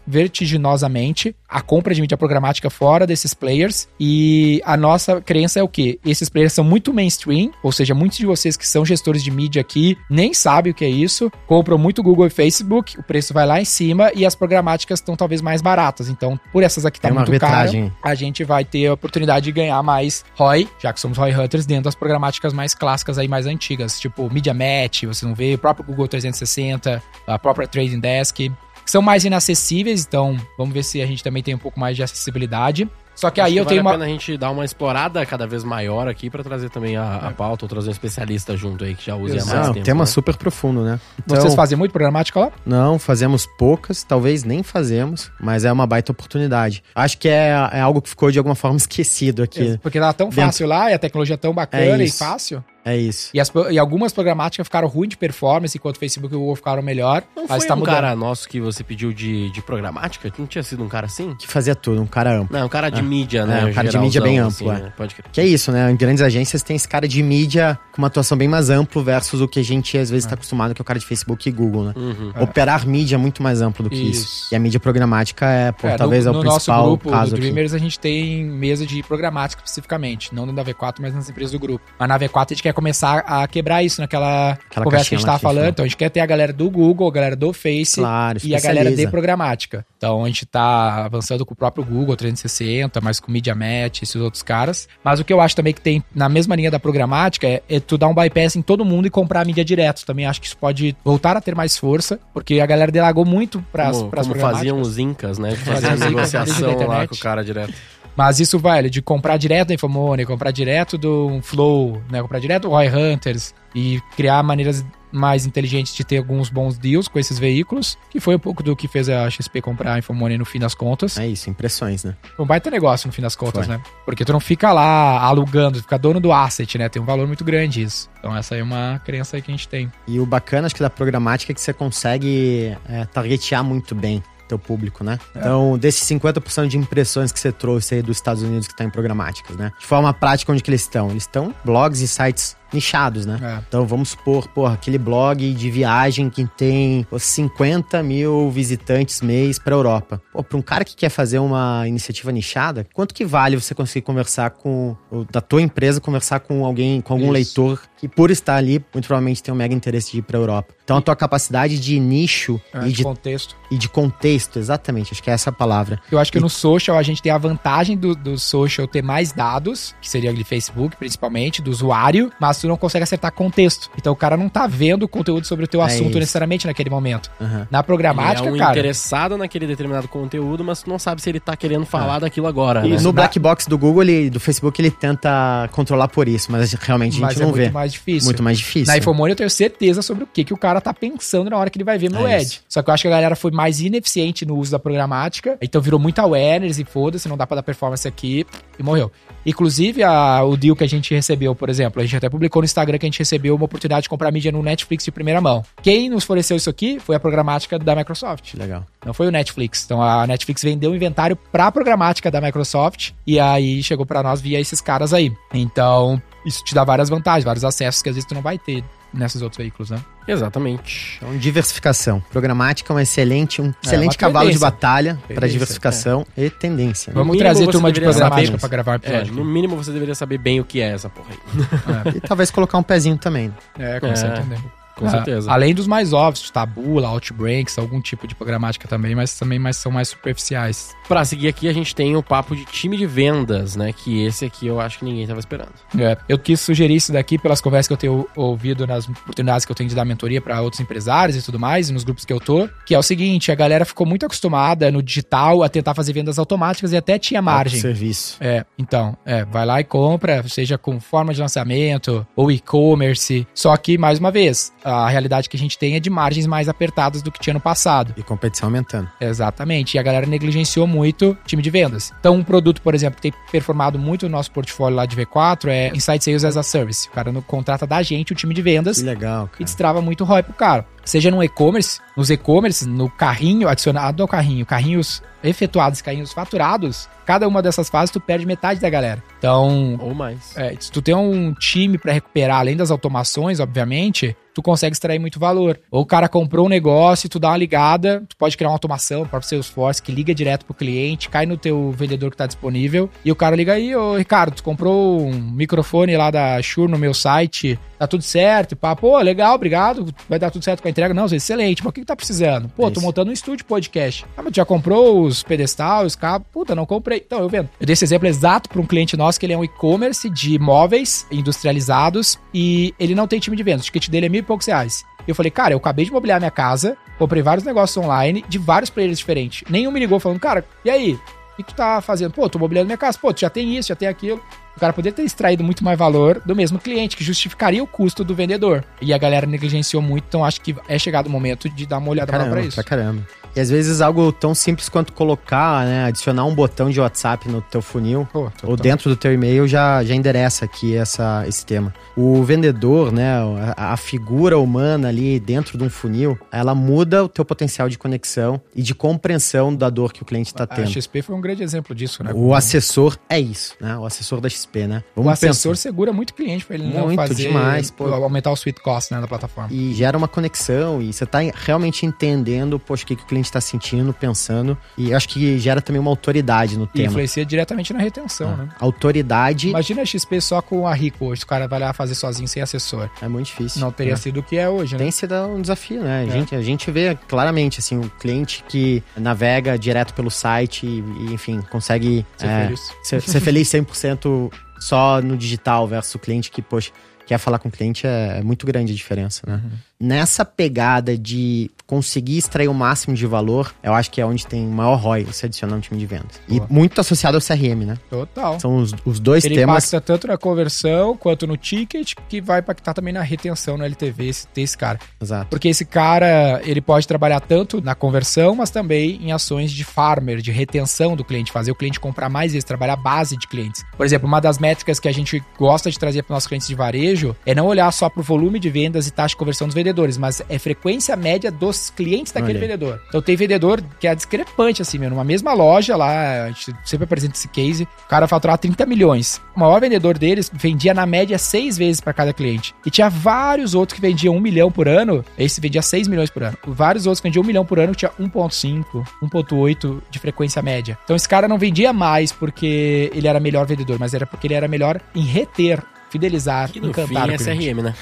B: vertiginosamente a compra de mídia programática fora desses players. E a nossa crença é o quê? Esses players são muito mainstream, ou seja, muitos de vocês que são gestores de mídia aqui nem sabem o que é isso, compram muito Google e Facebook, o preço vai lá em cima e as programáticas estão talvez mais baratas. Então, por essas aqui tá
C: Tem uma
B: muito caro
C: arbitragem.
B: a gente vai ter a oportunidade de ganhar mais ROI, já que somos ROI Hunters, dentro das programáticas mais clássicas aí, mais antigas, tipo Media Match, vocês vão ver, o próprio Google 360, a própria Trading Desk, que são mais inacessíveis, então vamos ver se a gente também tem um pouco mais de acessibilidade. Só que
D: Acho
B: aí eu
D: vale
B: tenho uma...
D: a pena a gente dar uma explorada cada vez maior aqui pra trazer também a, a pauta, ou trazer um especialista junto aí que já
B: Tá
D: use há mais
C: Não, um
D: tempo.
C: tema
D: né?
C: super profundo, né?
B: Vocês fazem muito programática lá?
C: Não, fazemos poucas, talvez nem fazemos, mas é uma baita oportunidade. Acho que é, é algo que ficou de alguma forma esquecido aqui.
B: Porque tá tão
C: Dentro.
B: fácil lá, e a tecnologia é tão bacana
C: É
B: e
C: isso.
B: fácil.
C: É isso.
B: E, as- e algumas programáticas ficaram ruins de performance, enquanto o Facebook e o Google ficaram melhor.
D: Não foi
B: mas tá
D: um
B: mudando.
D: cara nosso que você pediu de, de programática? Não tinha sido um cara assim?
C: Que fazia tudo, um cara amplo.
D: Não, um cara de mídia, né?
C: É, um cara de mídia bem amplo, é.
D: né? Pode crer.
C: Que é isso, né? Grandes agências têm esse cara de mídia com uma atuação bem mais amplo versus o que a gente às vezes está acostumado, que é o cara de Facebook e Google, né?
D: Uhum.
B: É.
C: Operar mídia é muito mais amplo do que isso.
B: Isso.
C: E a mídia programática é, pô,
B: É,
C: talvez
B: no,
C: é o
B: no
C: principal
B: nosso grupo
C: caso
B: do
C: aqui.
B: Dreamers, a gente tem mesa de programática especificamente, não na V4, mas nas empresas do grupo. Mas na V4 a gente quer começar a quebrar isso naquela conversa
C: Aquela
B: que a
C: caixinha
B: gente
C: lá
B: tava
C: que a
B: falando.
C: gente falou.
B: Então a gente quer ter a galera do Google, a galera do Face
C: Claro,
B: e a galera de
C: especializa.
B: programática. Então a gente tá avançando com o próprio Google 360, mas com o Media Match, esses outros caras. Mas o que eu acho também que tem na mesma linha da programática é, é tu dar um bypass em todo mundo e comprar a mídia direto. Também acho que isso pode voltar a ter mais força, porque a galera delagou muito para
D: como
B: as
D: como faziam os incas, né? De fazer
B: Faziam
D: a
B: os incas, desde a
D: negociação lá
B: internet.
D: com o cara direto. é
B: Mas isso, velho, de comprar direto da Infomoney, comprar direto do Flow, né? Comprar direto do Roy Hunters e criar maneiras mais inteligentes de ter alguns bons deals com esses veículos, que foi um pouco do que fez a XP comprar a Infomoney no fim das contas.
C: É isso, impressões, né?
B: Foi um baita negócio no fim das contas,
C: Foi.
B: né? Porque tu não fica lá alugando, tu fica dono do asset, né? Tem um valor muito grande isso. Então essa aí é uma crença aí que a gente tem.
C: E o bacana, acho que da programática é que você consegue é, targetear muito bem teu público, né?
B: É.
C: Então, desses 50% de impressões que você trouxe aí dos Estados Unidos que tá em programáticas, né? De forma prática, onde que eles estão? Eles estão em blogs e sites nichados, né?
B: É.
C: Então vamos supor, porra, aquele blog de viagem que tem pô, 50 mil visitantes mês pra Europa. Pô, pra um cara que quer fazer uma iniciativa nichada, quanto que vale você conseguir conversar com, ou da tua empresa, conversar com alguém, com algum
B: Isso.
C: leitor que por estar ali, muito provavelmente tem um mega interesse de ir pra Europa. Então a tua capacidade de nicho
B: É,
C: e,
B: de
C: de,
B: contexto.
C: e de contexto, exatamente, acho que é essa a palavra.
B: Eu acho que no social a gente tem a vantagem do, do social ter mais dados, que seria ali Facebook principalmente, do usuário, mas tu não consegue acertar contexto. Então o cara não tá vendo o conteúdo sobre o teu
C: É
B: assunto
C: isso.
B: necessariamente naquele momento.
C: Aham.
B: Na programática,
D: ele é um
B: cara.
D: interessado naquele determinado conteúdo, mas tu não sabe se ele tá querendo falar daquilo agora.
C: É. E
D: né?
C: no black box do Google, ele, do Facebook, ele tenta controlar por isso, mas realmente a gente
B: Mas é
C: não
B: muito
C: vê.
B: mais difícil.
C: Muito mais difícil.
B: Na Infomoney eu tenho certeza sobre o que, que o cara tá pensando na hora que ele vai ver meu
C: É
B: ad.
C: isso.
B: Só que eu acho que a galera foi mais ineficiente no uso da programática, então virou muita awareness e foda-se, não dá pra dar performance aqui e morreu. Inclusive, a- o deal que a gente recebeu, por exemplo, a gente até publicou no Instagram que a gente recebeu uma oportunidade de comprar mídia no Netflix de primeira mão. Quem nos forneceu isso aqui foi a programática da Microsoft.
C: Legal.
B: Não foi o Netflix. Então a Netflix vendeu o inventário pra programática da Microsoft e aí chegou pra nós via esses caras aí. Então isso te dá várias vantagens, vários acessos que às vezes tu não vai ter nesses outros veículos, né?
D: Exatamente.
C: Então, diversificação. Programática é um excelente, um excelente
B: uma
C: cavalo de
B: tendência.
C: batalha para
B: Tendência, é.
C: diversificação e tendência. né?
B: Vamos
D: mínimo
B: trazer
D: você
B: turma de
D: deveria
B: programática
C: saber.
B: pra gravar um
D: É,
B: episódio.
D: no mínimo você deveria saber bem o que é essa porra aí.
C: E talvez colocar um pezinho também. né?
B: É, é
D: É, Com
B: Ah,
D: certeza.
B: Além dos mais óbvios, tabula, outbreaks, algum tipo de programática também, mas também mais, são mais superficiais.
D: Pra seguir aqui, a gente tem o papo de time de vendas, né? Que esse aqui eu acho que ninguém tava esperando.
B: É, eu quis sugerir isso daqui pelas conversas que eu tenho ouvido nas oportunidades que eu tenho de dar mentoria para outros empresários e tudo mais, e nos grupos que eu tô, que é o seguinte, a galera ficou muito acostumada no digital a tentar fazer vendas automáticas e até tinha margem.
C: Serviço.
B: É, então, é, vai lá e compra, seja com forma de lançamento ou e-commerce. Só que, mais uma vez, a realidade que a gente tem é de margens mais apertadas do que tinha no passado.
C: E competição aumentando.
B: Exatamente. E a galera negligenciou muito o time de vendas. Então, um produto, por exemplo, que tem performado muito no nosso portfólio lá de V4 é Insight Sales as a Service. O cara não contrata da gente o time de vendas
C: Que legal,
B: e
C: cara.
B: destrava muito o ROI pro cara. Seja no e-commerce, nos e-commerce, no carrinho, adicionado ao carrinho, carrinhos efetuados, carrinhos faturados, cada uma dessas fases tu perde metade da galera. Então,
D: Ou mais.
B: é, se tu tem um time pra recuperar, além das automações, obviamente, tu consegue extrair muito valor. Ou o cara comprou um negócio, e tu dá uma ligada, tu pode criar uma automação, o próprio Salesforce, que liga direto pro cliente, cai no teu vendedor que tá disponível, e o cara liga aí, ô Ricardo, tu comprou um microfone lá da Shure no meu site, tá tudo certo, e pá, pô, legal, obrigado, vai dar tudo certo com a entrega. Não, Zé, excelente, mas o que que tá precisando? Pô,
C: É
B: tô
C: isso.
B: montando um estúdio podcast. Ah, mas tu já comprou os pedestais, os cabos? Puta, não comprei. Então, eu vendo. Eu dei esse exemplo exato pra um cliente nosso, que ele é um e-commerce de móveis industrializados e ele não tem time de vendas. O ticket dele é mil e poucos reais. Eu falei, cara, eu acabei de mobiliar minha casa, comprei vários negócios online de vários players diferentes. Nenhum me ligou falando, cara, e aí? O que tu tá fazendo? Pô, tô mobiliando minha casa. Pô, tu já tem isso, já tem aquilo. O cara poderia ter extraído muito mais valor do mesmo cliente, que justificaria o custo do vendedor. E a galera negligenciou muito, então acho que é chegado o momento de dar uma olhada maior pra
C: Caramba,
B: isso.
C: pra caramba. E às vezes algo tão simples quanto colocar, né, adicionar um botão de WhatsApp no teu funil
B: Pô,
C: ou
B: total.
C: dentro do teu e-mail já, já endereça aqui essa, esse tema. O vendedor, né, a, a figura humana ali dentro de um funil, ela muda o teu potencial de conexão e de compreensão da dor que o cliente está
B: A
C: tá tendo.
B: XP foi um grande exemplo disso, né?
C: O assessor é isso, né? O assessor da XP, né?
B: O
C: Vamos
B: assessor
C: pensar.
B: segura muito cliente pra ele não
C: Muito
B: fazer
C: demais, pô.
B: aumentar o sweet cost né, da plataforma.
C: E gera uma conexão e você tá realmente entendendo, poxa, o que, que o cliente tá sentindo, pensando. E acho que gera também uma autoridade no
B: E
C: tema. Ah. É.
B: influencia diretamente na retenção, né?
C: Autoridade
B: Imagina a XP só com a Rico hoje, o cara vai lá fazer sozinho sem assessor.
C: é muito difícil.
B: Não teria
C: né?
B: sido o que é hoje, né? É.
C: Tem sido um desafio, né? A, gente, a gente vê claramente, assim, o cliente que navega direto pelo site e, e, enfim, consegue
B: Ser
C: é,
B: feliz.
C: ser, ser feliz 100% só no digital versus o cliente que, poxa, quer falar com o cliente, é, é muito grande a diferença, né?
B: Uhum.
C: Nessa pegada de conseguir extrair o máximo de valor, eu acho que é onde tem o maior ROI, você adicionar um time de vendas.
B: Boa.
C: E muito associado ao CRM, né?
B: Total.
C: São os, os dois
B: Ele
C: temas...
B: impacta tanto na conversão quanto no ticket, que vai impactar também na retenção no LTV, esse, ter esse cara.
C: Exato.
B: Porque esse cara, ele pode trabalhar tanto na conversão, mas também em ações de farmer, de retenção do cliente, fazer o cliente comprar mais vezes, trabalhar a base de clientes. Por exemplo, uma das métricas que a gente gosta de trazer para nossos clientes de varejo é não olhar só para o volume de vendas e taxa de conversão dos vendedores, mas é frequência média dos clientes daquele
C: Olha aí.
B: vendedor. Então tem vendedor que é discrepante, assim, meu, numa mesma loja lá, a gente sempre apresenta esse case, o cara faturava 30 milhões. O maior vendedor deles vendia na média seis vezes para cada cliente. E tinha vários outros que vendiam 1 milhão por ano, esse vendia 6 milhões por ano. Vários outros que vendiam 1 milhão por ano, que tinha 1.5, 1.8 de frequência média. Então esse cara não vendia mais porque ele era melhor vendedor, mas era porque ele era melhor em reter, fidelizar,
D: Que no fim
B: encantar
D: é
B: o cliente.
D: CRM, né?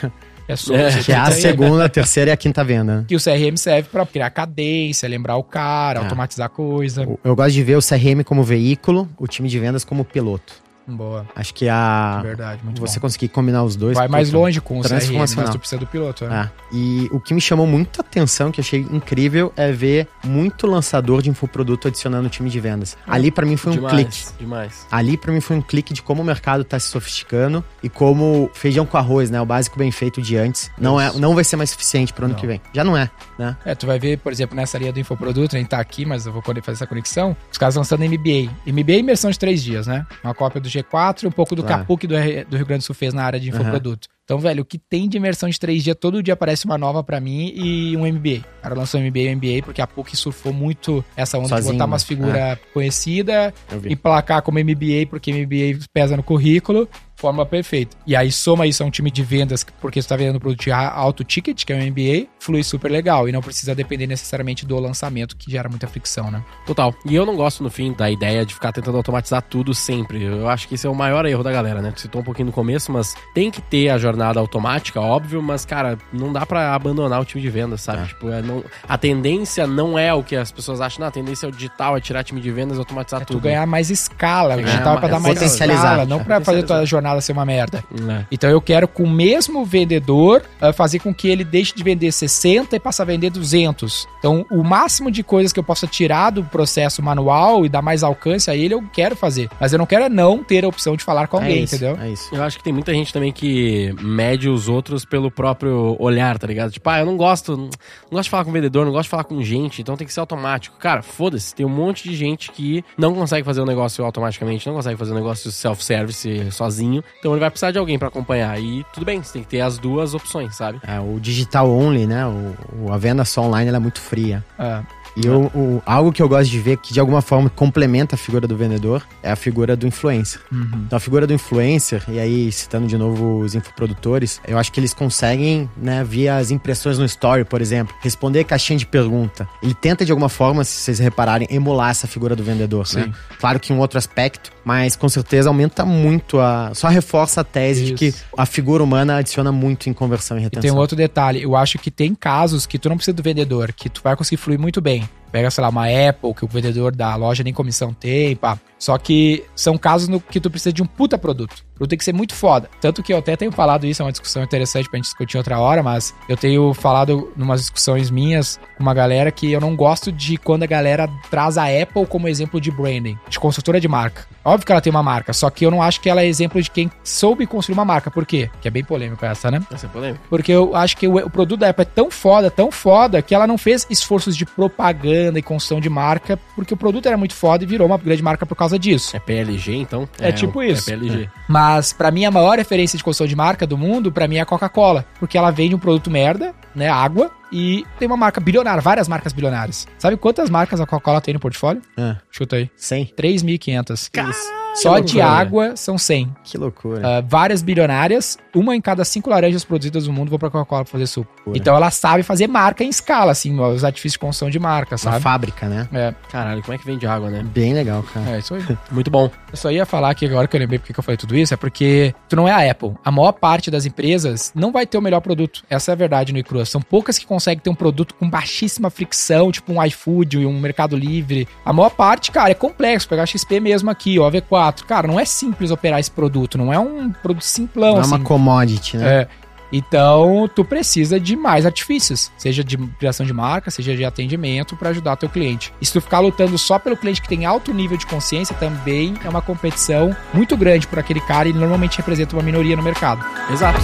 B: É só
D: É.
B: isso.
C: Que é a segunda, a terceira e a quinta venda, né?
B: Que o CRM serve pra criar cadência, lembrar o cara,
C: É.
B: automatizar coisa.
C: Eu gosto de ver o CRM como veículo, o time de vendas como piloto.
B: Boa.
C: Acho que a.
B: Verdade, muito
C: Ah, você
B: bom.
C: conseguir combinar os dois.
B: Vai mais
C: puta,
B: longe com o CRM, mas
C: transformacional.
B: né, tu precisa do piloto, né?
C: É. E o que me chamou muita atenção, que eu achei incrível, é ver muito lançador de infoproduto adicionando time de vendas. Ali pra mim foi um
D: demais,
C: clique.
D: Demais.
C: Ali pra mim foi um clique de como o mercado tá se sofisticando e como feijão com arroz, né, o básico bem feito de antes, não é, não vai ser mais suficiente pro ano
B: Não.
C: que vem. Já não é, né?
B: É, tu vai ver, por exemplo, nessa linha do infoproduto, a gente tá aqui, mas eu vou poder fazer essa conexão. Os caras lançando MBA. MBA é imersão de três dias, né? Uma cópia do G4 e um pouco do
C: Claro.
B: Capu que do, R- do Rio Grande do Sul fez na área de
C: Aham.
B: infoproduto. Então, velho, o que tem de imersão de três dias, todo dia aparece uma nova pra mim e um MBA. O cara lançou um MBA e um MBA porque a PUC surfou muito essa onda
C: Sozinho,
B: de botar umas
C: né?
B: figuras conhecidas
C: Eu vi.
B: e placar como MBA, porque MBA pesa no currículo, forma perfeita. E aí soma isso a um time de vendas, porque você tá vendendo produto de a- alto ticket, que é o MBA, flui super legal e não precisa depender necessariamente do lançamento, que gera muita fricção, né?
D: Total. E eu não gosto, no fim, da ideia de ficar tentando automatizar tudo sempre. Eu acho que esse é o maior erro da galera, né? Tu citou um pouquinho no começo, mas tem que ter a jornada automática, óbvio, mas, cara, não dá pra abandonar o time de vendas, sabe? Tipo, é, não- a tendência não é o que as pessoas acham. Não, a tendência é o digital, é tirar time de vendas e automatizar
B: É tu
D: tudo.
B: ganhar mais escala, o
D: É,
B: digital é pra
D: mas-
B: dar mais
C: potencializar,
B: escala,
C: é.
B: não pra fazer tua jornada ser uma merda.
D: É.
B: Então eu quero com o mesmo vendedor ah, fazer com que ele deixe de vender 60 e passe a vender 200. Então o máximo de coisas que eu possa tirar do processo manual e dar mais alcance a ele eu quero fazer, mas eu não quero é não ter a opção de falar com alguém,
C: é isso,
B: entendeu?
C: É isso.
D: Eu acho que tem muita gente também que mede os outros pelo próprio olhar, tá ligado? Tipo, ah, eu não gosto, não gosto de falar com vendedor, não gosto de falar com gente, então tem que ser automático. Cara, foda-se, tem um monte de gente que não consegue fazer o negócio automaticamente, não consegue fazer o negócio self-service sozinho, então ele vai precisar de alguém pra acompanhar. E tudo bem, você tem que ter as duas opções, sabe?
C: É, o digital only, né? O, o- a venda só online ela é muito fria.
B: Ah,
C: E eu, o- algo que eu gosto de ver que de alguma forma complementa a figura do vendedor é a figura do influencer.
B: Uhum.
C: Então a figura do influencer, e aí citando de novo os infoprodutores, eu acho que eles conseguem, né, via as impressões no story, por exemplo, responder caixinha de pergunta. Ele tenta de alguma forma, se vocês repararem, emular essa figura do vendedor, né? Claro que um outro aspecto, mas com certeza aumenta muito a. Só reforça a tese de
B: Isso.
C: que a figura humana adiciona muito em conversão e
B: E
C: retenção.
B: tem um outro detalhe, eu acho que tem casos que tu não precisa do vendedor, que tu vai conseguir fluir muito bem. Pega, sei lá, uma Apple, que o vendedor da loja nem comissão tem, pá. Só que são casos no que tu precisa de um puta produto. O produto tem que ser muito foda. Tanto que eu até tenho falado isso, é uma discussão interessante pra gente discutir outra hora, mas eu tenho falado numas discussões minhas com uma galera que eu não gosto de quando a galera traz a Apple como exemplo de branding, de construtora de marca. Óbvio que ela tem uma marca, só que eu não acho que ela é exemplo de quem soube construir uma marca. Por quê? Que é bem polêmico essa, né?
D: Essa é polêmica.
B: Porque eu acho que o, o produto da Apple é tão foda, tão foda, que ela não fez esforços de propaganda e construção de marca, porque o produto era muito foda e virou uma grande marca por causa disso.
D: É PLG, então?
B: É tipo isso.
D: É PLG.
B: Mas pra mim a maior referência de construção de marca do mundo, pra mim é a Coca-Cola, porque ela vende um produto merda, né, água, e tem uma marca bilionária, várias marcas bilionárias. Sabe quantas marcas a Coca-Cola tem no portfólio?
C: Ah,
B: Chuta aí.
C: Sem?
B: 3.500.
C: Isso.
B: Só de
D: loucura.
B: água são 100.
C: Que loucura.
B: Ah, várias bilionárias, uma em cada cinco laranjas produzidas no mundo vão pra Coca-Cola pra fazer suco.
C: Pura.
B: Então ela sabe fazer marca em escala, assim, ó, os artifícios de construção de marca,
C: Uma
B: sabe?
C: fábrica, né?
B: É,
D: Caralho, como é que vende água, né?
C: Bem legal, cara.
B: é isso aí.
D: Muito bom.
B: Eu só ia falar que agora que eu lembrei porque que eu falei tudo isso, é porque tu não é a Apple. A maior parte das empresas não vai ter o melhor produto. Essa é a verdade no iCrua. São poucas que conseguem ter um produto com baixíssima fricção, tipo um iFood, um Mercado Livre. A maior parte, cara, é complexo. Pegar XP mesmo aqui, ó, V4. Cara, não é simples operar esse produto. Não é um produto simplão,
C: Não é
B: assim.
C: uma commodity, né?
B: É. Então, tu precisa de mais artifícios, seja de criação de marca, seja de atendimento, pra ajudar teu cliente. E se tu ficar lutando só pelo cliente que tem alto nível de consciência, também é uma competição muito grande por aquele cara e normalmente representa uma minoria no mercado.
D: Exato.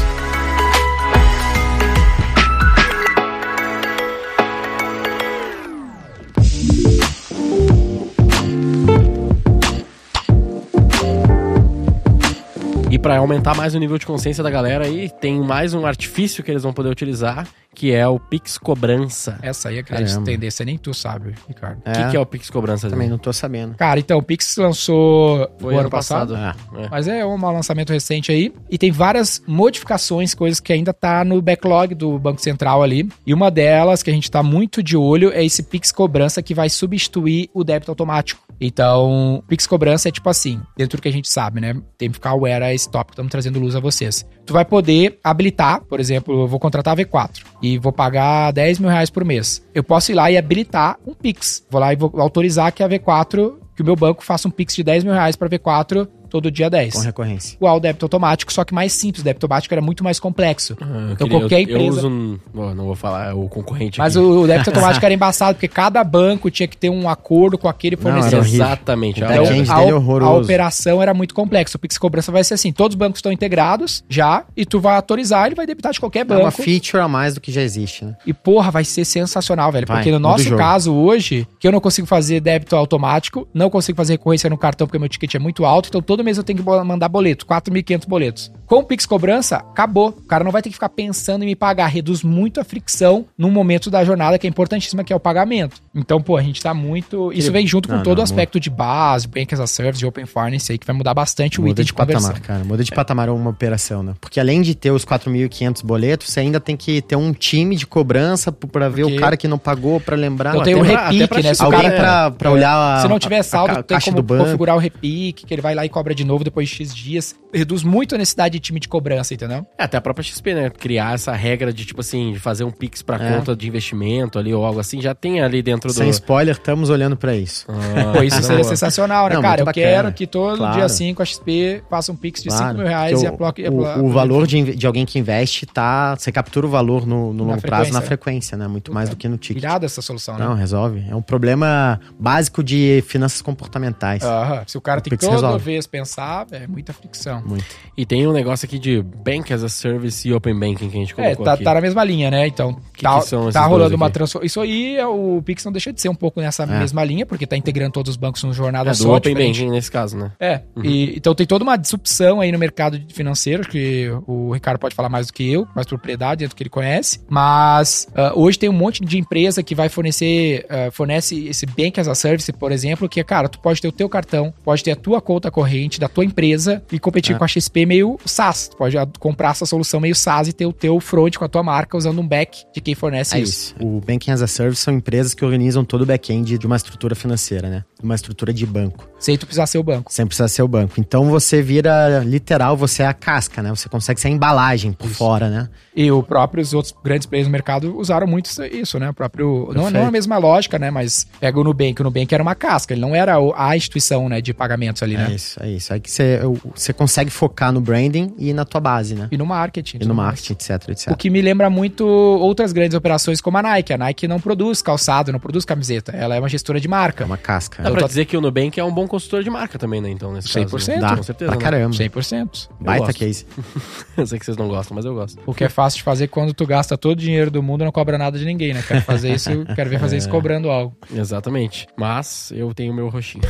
D: E para aumentar mais o nível de consciência da galera aí, tem mais um artifício que eles vão poder utilizar, que é o Pix Cobrança.
B: Essa aí é a grande
C: Caramba.
B: tendência, nem tu sabe, Ricardo.
D: O que, que é o Pix Cobrança?
C: Também
D: Zé?
C: não tô sabendo.
B: Cara, então, o Pix lançou
D: Foi
B: o ano passado.
C: Ah,
B: Mas é um lançamento recente aí. E tem várias modificações, coisas que ainda tá no backlog do Banco Central ali. E uma delas, que a gente tá muito de olho, é esse Pix Cobrança que vai substituir o débito automático. Então, Pix Cobrança é tipo assim, dentro do que a gente sabe, né? Tem que ficar aware a esse tópico, estamos trazendo luz a vocês. Tu vai poder habilitar, por exemplo, eu vou contratar a V4 e vou pagar 10 mil reais por mês. Eu posso ir lá e habilitar um Pix. Vou lá e vou autorizar que a V4 que o meu banco faça um Pix de 10 mil reais para V4 todo dia 10.
C: com recorrência.
B: Igual o débito automático, só que mais simples. O débito automático era muito mais complexo.
C: Uhum.
D: Ah, eu
B: então
D: queria-
B: qualquer
D: eu-
B: empresa.
D: Eu uso um... Bom, não vou falar, é o concorrente
B: Mas
D: aqui.
B: o, o débito automático era embaçado, porque cada banco tinha que ter um acordo com aquele
C: Não, era
B: fornecedor. Então,
C: horrível.
D: Exatamente.
C: O
D: Ah,
C: back-end
D: é.
C: Gente, dele é horroroso.
B: a operação era muito complexa. O Pix Cobrança vai ser assim: todos os bancos estão integrados já, e tu vai autorizar, ele vai debitar de qualquer
C: É uma
B: banco.
C: feature a mais do que já existe, né?
B: E porra, vai ser sensacional, velho.
C: Vai,
B: porque no
C: muda o
B: nosso
C: jogo.
B: caso hoje, que eu não consigo fazer débito automático, não consigo fazer recorrência no cartão porque meu ticket é muito alto, então todo mês eu tenho que bo- mandar boleto, 4.500 boletos. Com o Pix Cobrança, acabou. O cara não vai ter que ficar pensando em me pagar. Reduz muito a fricção num momento da jornada que é importantíssima, que é o pagamento. Então, pô, a gente tá muito. Isso vem junto com
C: Não,
B: todo
C: não,
B: o aspecto de base, Bank as a Service, Open Finance aí, que vai mudar bastante o
C: Muda
B: item
C: de
B: de conversão. É.
C: patamar, cara. Muda de patamar uma operação, né? Porque além de ter os 4.500 boletos, você ainda tem que ter um time de cobrança p- pra ver
B: Porque-
C: o cara que não pagou, pra lembrar.
B: Eu
C: Não,
B: tenho
C: tem
B: um
C: uma-
D: pra- até
B: repique,
D: pra
B: né? Se o
C: Alguém
B: cara- É.
C: pra, pra olhar a,
B: Se não tiver saldo,
C: a, a
B: tem
C: caixa
B: como
C: do banco.
B: configurar o repique, que ele vai lá e cobra de novo depois de X dias. Reduz muito a necessidade de time de cobrança, entendeu?
D: É, até a própria XP, né? Criar essa regra de, tipo assim, de fazer um Pix pra
C: É.
D: conta de investimento ali ou algo assim, já tem ali dentro
C: Sem
D: do...
C: spoiler, estamos olhando pra isso.
D: Ah,
B: Pô, isso seria
D: boa.
B: sensacional, né,
C: Não,
B: cara? Eu
C: muito bacana.
B: quero que todo
C: Claro.
B: dia 5 a XP faça um pix de 5
C: Claro,
B: mil reais
C: porque
B: e a Block... e a
C: o,
B: Block-
C: o valor de, inve- de alguém que investe tá. Você captura o valor no, no
B: Na
C: longo prazo
B: frequência,
C: na
B: né?
C: frequência, né? Muito mais do que no ticket.
B: Irada essa solução, né?
C: Não, resolve. É um problema básico de finanças comportamentais.
B: Aham. Se o cara
C: O
B: tem que
C: Pix
B: toda
C: resolve.
B: vez pensar, é muita fricção.
C: Muito.
D: E tem um negócio aqui de Bank as a Service e Open Banking que a gente
B: É,
D: colocou
B: tá,
D: aqui.
B: tá na mesma linha, né? Então,
D: que
B: tá,
D: são esses
B: tá
D: dois
B: rolando uma
D: aqui?
B: transformação. Isso aí, é o Pix não deixa de ser um pouco
C: É.
B: nessa mesma linha, porque tá integrando todos os bancos numa jornada
D: É, do
B: tá só,
D: Open
B: diferente
D: Banking nesse caso, né?
B: É,
C: Uhum.
B: e- então tem toda uma disrupção aí no mercado financeiro, que o Ricardo pode falar mais do que eu, mais propriedade, dentro do que ele conhece. Mas ah, hoje tem um monte de empresa que vai fornecer, ah, fornece esse Bank as a Service, por exemplo, que, é, cara, tu pode ter o teu cartão, pode ter a tua conta corrente da tua empresa e competir
C: É.
B: com a XP meio SaaS. Tu pode ah, comprar essa solução meio SaaS e ter o teu front com a tua marca usando um back de quem fornece
C: É
B: isso.
C: isso. O Banking as a Service são empresas que organizam todo o back-end de uma estrutura financeira, né? De Uma estrutura de banco.
B: Sem tu precisar ser o banco.
C: Sem precisar ser o banco. Então você vira, literal, você é a casca, né? Você consegue ser a embalagem por fora, né?
B: E o próprio, os outros grandes players no mercado usaram muito isso- isso, né? O próprio. Não,
C: Perfeito.
B: não a mesma lógica, né? Mas pega o Nubank. O Nubank era uma casca, ele não era o- a instituição né, de pagamentos ali,
C: É
B: né?
C: isso, é isso. É que você, você consegue focar no branding e na tua base, né?
B: E no marketing.
C: E no marketing, é. etc,
B: O
C: etc.
B: que me lembra muito outras grandes operações como a Nike. A Nike não produz calçado, não produz camiseta. Ela é uma gestora de
C: É
B: marca.
C: uma casca.
D: Dá pra
B: tô-
D: dizer que o Nubank é um bom consultor de marca também, né? Então, nesse caso.
B: 100%.
D: né?
C: Dá,
D: Com certeza,
C: pra
D: né?
C: caramba.
B: 100%.
C: Baita
D: gosto.
C: case.
D: Eu sei que vocês não gostam, mas eu gosto.
B: O que é fácil de fazer quando tu gasta todo o dinheiro do mundo e não cobra nada de ninguém, né? Quero fazer isso, eu quero ver fazer
C: É.
B: isso cobrando algo.
D: Exatamente. Mas eu tenho meu roxinho.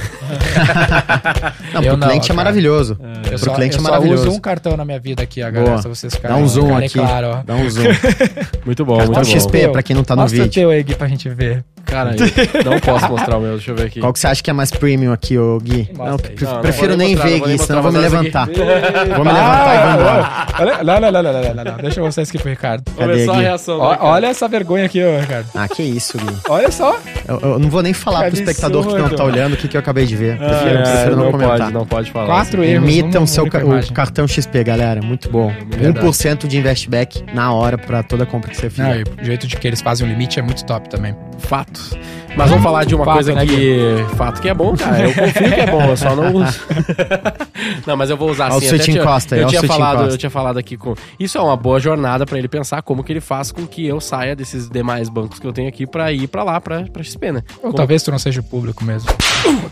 C: Não,
B: Eu
C: pro
B: não,
C: cliente
B: cara.
C: é maravilhoso.
B: Eu
C: Pro
B: só,
C: cliente
B: eu
C: é
B: só uso um
C: maravilhoso.
B: cartão na minha vida aqui, a
C: Boa.
B: galera. se vocês
C: Dá um
B: ficarem-
C: zoom
B: ficarem
C: aqui.
B: Claro, ó.
C: Dá um zoom.
D: Muito bom,
C: Cartão
D: muito bom.
C: XP. pra quem não tá no
B: Mostra
C: vídeo.
B: o teu aí, Gui, pra gente ver.
D: Cara, eu não posso mostrar o meu. Deixa eu ver aqui.
C: Qual que você acha que é mais premium aqui, ô Gui?
B: Mostra
C: Não,
B: aí.
C: pre-
D: Não, não
C: prefiro
D: vou
C: nem
D: mostrar,
C: ver,
D: não vou nem
C: Gui, senão eu vou me
D: mostrar
C: levantar.
D: vocês Ah,
C: Vou me levantar e vou embora.
B: Ah, Olha- Não, não, não, não, não, não, não, não. Deixa eu mostrar isso aqui pro Ricardo.
C: Cadê
D: Olha só a
C: aqui?
D: reação.
B: Ó-
D: dele, cara.
B: olha essa vergonha aqui, ó, Ricardo.
C: Ah, que isso, Gui.
B: Olha só.
C: Eu, eu não vou nem falar
B: Que
C: pro espectador que não tá
B: absurdo.
C: olhando o que, que eu acabei de ver. Prefiro,
D: Ah,
C: prefiro não, comentar.
D: pode, não pode falar.
B: Quatro erros.
C: Imitam
B: num-
C: um seu
B: única
C: ca-
B: imagem.
C: o cartão XP, galera. Muito bom. 1% de investback na hora pra toda compra que você
B: Não,
C: fizer.
B: e o jeito de que eles fazem o limite é muito top também.
D: Fato. Mas vamos falar de uma
B: Fato,
D: coisa
B: né,
D: que. Fato que é bom, cara. Eu confio que é bom, eu só não uso. não, mas eu vou usar
C: Olha o
D: assim.
C: Suitinho Costa aí,
D: eu,
C: olha o
D: tinha
C: Suitinho
D: falado,
C: Costa.
D: eu tinha falado aqui com. Isso é uma boa jornada pra ele pensar como que ele faz com que eu saia desses demais bancos que eu tenho aqui pra ir pra lá, pra, pra XP, né?
B: Ou
D: Como-
B: talvez tu não seja o público mesmo.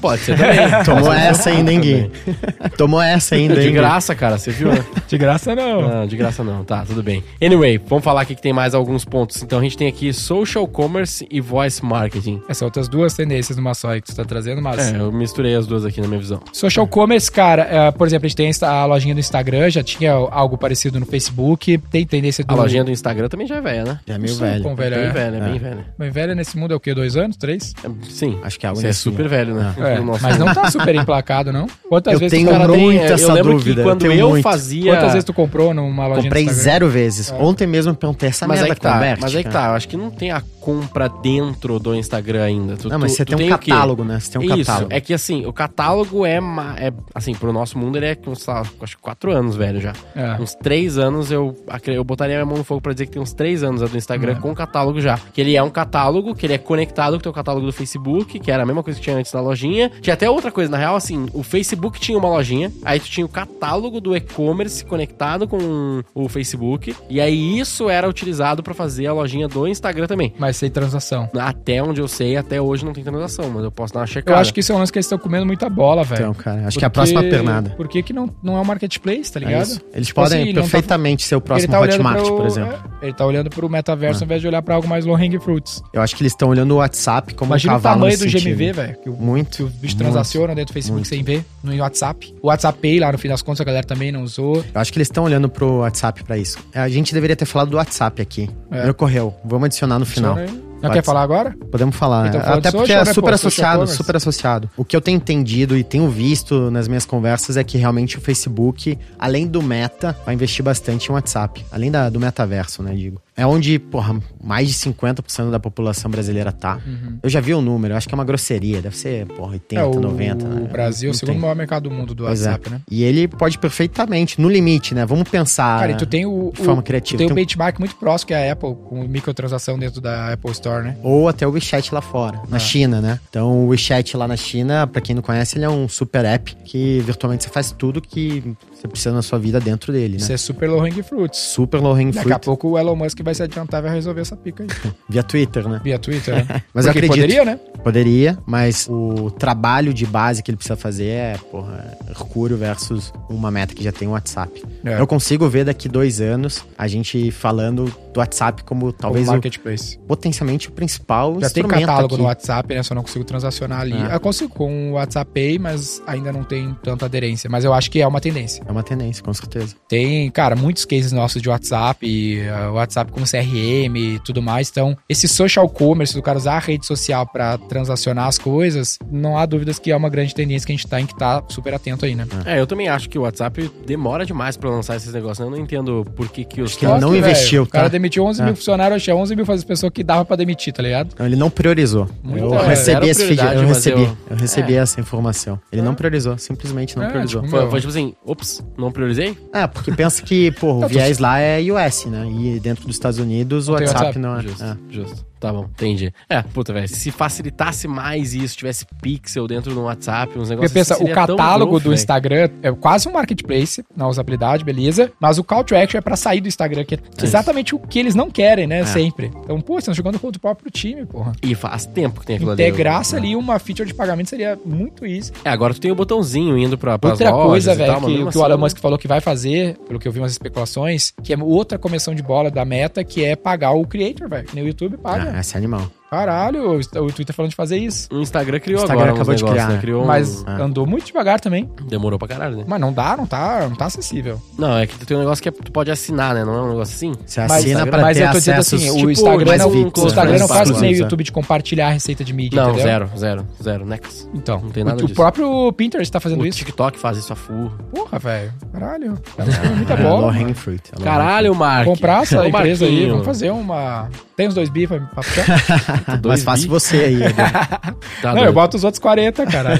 D: Pode ser também.
C: Tomou essa ainda, hein, Gui? Tomou essa ainda, hein,
D: De
C: Gui?
D: graça, cara, você viu, né?
B: De graça, não.
D: Não, de graça não, tá, tudo bem. Anyway, vamos falar aqui que tem mais alguns pontos. Então a gente tem aqui social commerce e voice marketing.
B: Essas É, outras duas tendências numa só aí que tu tá trazendo, mas...
D: É, eu misturei as duas aqui na minha visão.
B: Social commerce, cara, é, por exemplo, a gente tem a lojinha do Instagram, já tinha algo parecido no Facebook, tem tendência do...
D: A lojinha do Instagram também já é velha, né?
C: Já é meio
B: Sim, com
C: velho.
B: velha,
D: Bem
B: é.
D: velha, bem
C: É.
D: velha.
B: Mas velha nesse mundo é o quê? Dois anos? Três?
D: É, Sim.
C: Acho que é algo
D: Você é
C: nesse
D: super
C: nível.
D: velho, né?
B: É,
D: No nosso-
B: mas não tá super emplacado, não? Quantas
C: Eu
B: vezes
C: tenho um
B: tu
D: Cara,
B: comprou?
D: tem- é,
C: Muita essa
D: eu lembro
C: dúvida, um
D: que
C: eu
D: quando eu,
C: tenho muito.
D: fazia...
B: Quantas vezes tu comprou numa lojinha
C: Comprei
B: do Instagram?
C: zero vezes. Ontem mesmo eu perguntei essa
D: É. mas
C: merda
D: aí que tá,
C: converte,
D: mas aí que
C: cara?
D: tá. Eu acho que não tem a compra dentro do Instagram ainda. Tu,
C: Não, mas
D: tu-
C: você
D: tu
C: tem, um
D: o quê?
C: catálogo, né? Você tem um
D: Isso,
C: catálogo.
D: é que assim, o catálogo é, ma- é, assim, pro nosso mundo ele é, sei lá, acho que quatro anos, velho, já.
B: É.
D: Uns três anos eu, acre- eu botaria minha mão no fogo pra dizer que tem uns três anos a do
B: Hum.
D: Instagram com o catálogo já. Que ele é um catálogo, que ele é conectado com o teu catálogo do Facebook, que era a mesma coisa que tinha antes na lojinha. Tinha até outra coisa, na real, assim, o Facebook tinha uma lojinha, aí tu tinha o catálogo do e-commerce conectado com o Facebook, e aí isso era utilizado pra fazer a lojinha do Instagram também.
B: Mas sem transação.
D: Até onde eu sei, até hoje não tem transação, mas eu posso dar uma
B: Eu
D: checada.
B: acho que isso é um lance que eles estão comendo muita bola, velho.
C: Então, cara, acho que é a próxima pernada.
B: Por que que não, não é um marketplace, tá
C: É
B: ligado?
C: isso. Eles
B: Tipo
C: podem
B: assim, não tá-
C: perfeitamente ser o próximo
B: olhando
C: Hotmart,
B: pro-
C: por exemplo.
B: é,
C: É.
B: ele tá olhando pro metaverso ao invés de olhar pra algo mais low-hang fruits.
C: Eu acho que eles estão olhando o WhatsApp
B: É.
C: como
B: Imagina
C: um
B: o
C: cavalo
B: tamanho
C: nesse
B: do
C: sentido.
B: GMV, velho. Que o que
C: Muito.
B: os bichos
C: muito.
B: transacionam dentro do Facebook
C: muito.
B: sem ver, no WhatsApp. O WhatsApp Pay lá, no fim das contas, a galera também não usou.
C: Eu acho que eles estão olhando pro WhatsApp pra isso. É, A gente deveria ter falado do WhatsApp aqui.
B: É.
C: Me ocorreu. Vamos adicionar no final.
B: Não quer
C: WhatsApp.
B: falar agora?
C: Podemos falar,
B: Então,
C: né?
B: fala de
C: Até porque
B: social,
C: é
B: né,
C: super
B: pô? Social
C: associado,
B: commerce.
C: super associado. O que eu tenho entendido e tenho visto nas minhas conversas é que realmente o Facebook, além do Meta, vai investir bastante em WhatsApp. Além da- do metaverso, né, digo. É onde, porra, mais de 50% da população brasileira tá. Eu já vi o número, eu acho que é uma grosseria. Deve ser, porra, 80,
B: Uhum. é, o
C: 90, né?
B: O Brasil é o
C: Não
B: segundo
C: tem.
B: maior mercado do mundo do
C: Pois é.
B: WhatsApp, né?
C: E ele pode perfeitamente, no limite, né? Vamos pensar.
B: Cara, e
C: né?
B: tu tem o,
C: de forma
B: o- tu
C: criativa.
B: tem um
C: Tem um-
B: benchmark muito próximo que é a Apple, com microtransação dentro da Apple Store, né?
C: Ou até o WeChat lá fora, na
B: Ah.
C: China, né? Então, o WeChat lá na China, pra quem não conhece, ele é um super app que virtualmente você faz tudo que você precisa na sua vida dentro dele, né?
B: Isso é super low-hang fruits.
C: Super low hanging
B: Daqui a
C: fruit
B: pouco o Elon Musk vai se adiantar e vai resolver essa pica aí.
C: via Twitter, né?
B: Via Twitter, né?
C: Mas eu
B: Porque
C: acredito.
B: poderia, né?
C: Poderia, mas o trabalho de base que ele precisa fazer é, porra, Mercúrio versus uma meta que já tem o WhatsApp.
B: É.
C: Eu consigo ver daqui dois anos a gente falando do WhatsApp como talvez
B: Como
C: o,
B: marketplace.
C: potencialmente o principal
B: Já tem
C: instrumento
B: catálogo
C: aqui.
B: no WhatsApp, né? Só não consigo transacionar ali.
C: É.
B: Eu consigo com o WhatsApp Pay, mas ainda não tem tanta aderência. Mas eu acho que é uma tendência.
C: É uma tendência, com certeza.
B: Tem, cara, muitos cases nossos de WhatsApp, e, ah, WhatsApp como CRM e tudo mais. Então, esse social commerce, do cara usar a rede social pra transacionar as coisas, não há dúvidas que é uma grande tendência que a gente tá em que tá super atento aí, né?
D: É, eu também acho que o WhatsApp demora demais pra lançar esses negócios. né? Eu não entendo por que, que os
C: que ele
B: Só
D: caras-
C: não
B: velho,
C: investiu,
B: O cara
C: tá?
B: demitiu 11 mil funcionários, eu achei 11 mil faz- pessoas que dava pra demitir, tá ligado?
C: Não, Então, ele não priorizou.
B: Muita-
C: eu
B: é,
D: era
C: recebi esse feedback,
D: prioridade,
C: eu
D: mas
C: recebi,
D: eu-
C: eu, recebi
D: é.
C: essa informação. Ele não priorizou, simplesmente não
B: É,
C: priorizou.
B: tipo,
D: Foi,
B: meu,
D: foi tipo assim, ops, não priorizei?
C: É, porque pensa que, porra,
B: Não,
C: o
B: tu-
C: viés lá é US, né? E dentro dos Estados Unidos o
B: tem
C: WhatsApp,
B: WhatsApp,
C: não é.
D: Justo,
C: é.
D: justo. Tá bom, entendi. É, puta, velho, se facilitasse mais isso, tivesse pixel dentro do WhatsApp, uns
B: Porque
D: negócios
B: pensa,
D: assim,
B: o
D: seria tão
B: catálogo
D: grosso,
B: do
D: velho.
B: Instagram é quase um marketplace na usabilidade, beleza? Mas o call to action é pra sair do Instagram, que é exatamente o que eles não querem,
C: É.
B: né? Sempre. Então, pô, vocês estão jogando contra o próprio time, porra.
D: E faz tempo que tem aquilo ali.
B: Integrasse
D: eu-
B: ali uma feature de pagamento seria muito easy.
D: É, agora tu tem o botãozinho indo pra, pras
B: outra
D: lojas
B: coisa,
D: e
B: velho,
D: tal, mas
B: que,
D: mesmo
B: que o
D: assim,
B: Elon Musk falou que vai fazer, pelo que eu vi umas especulações, que é outra comissão de bola da meta, que é pagar o creator, velho. Que nem o YouTube paga.
D: É.
C: Ah, esse animal.
B: Caralho, o o Twitter falando de fazer isso.
D: O Instagram criou
C: O Instagram
D: agora
C: acabou
D: uns
C: de
D: negócios,
C: criar,
D: né?
C: né?
D: Criou um-
B: Mas
C: Ah.
B: andou muito devagar também.
D: Demorou pra caralho, né?
B: Mas não dá, não tá, não tá acessível.
D: Não, é que tu tem um negócio que é- tu pode assinar, né? Não é um negócio assim?
C: Você
B: Mas- é,
C: assina pra
B: mas
C: ter
B: eu tô dizendo
C: acessos,
B: assim, o
C: tipo,
B: Instagram,
C: mais
B: não,
C: VIPs,
B: o
D: né?
B: Instagram um não
D: Mais
B: faz que nem o
C: exclusivos, é.
B: YouTube de compartilhar a receita de mídia,
D: Não,
B: entendeu?
D: zero, zero, zero. Next.
B: Então,
D: Não tem nada
B: o,
D: disso.
B: o próprio Pinterest tá fazendo
D: O
B: isso.
D: TikTok faz isso a full.
B: Porra, velho. Caralho. Ela tem muita
C: É, low
B: bola. mano.
C: hanging fruit. é low hanging
D: Caralho, Mark.
B: Comprar essa
D: Ô,
B: empresa aí,
D: Marquinho.
B: vamos fazer uma... Tem uns dois bi pra pra puxar?
C: fruit. Mas
D: dois
C: faça
D: bi.
C: você aí. Edu.
D: Tá
B: Não,
D: doido.
B: eu boto os outros 40, cara.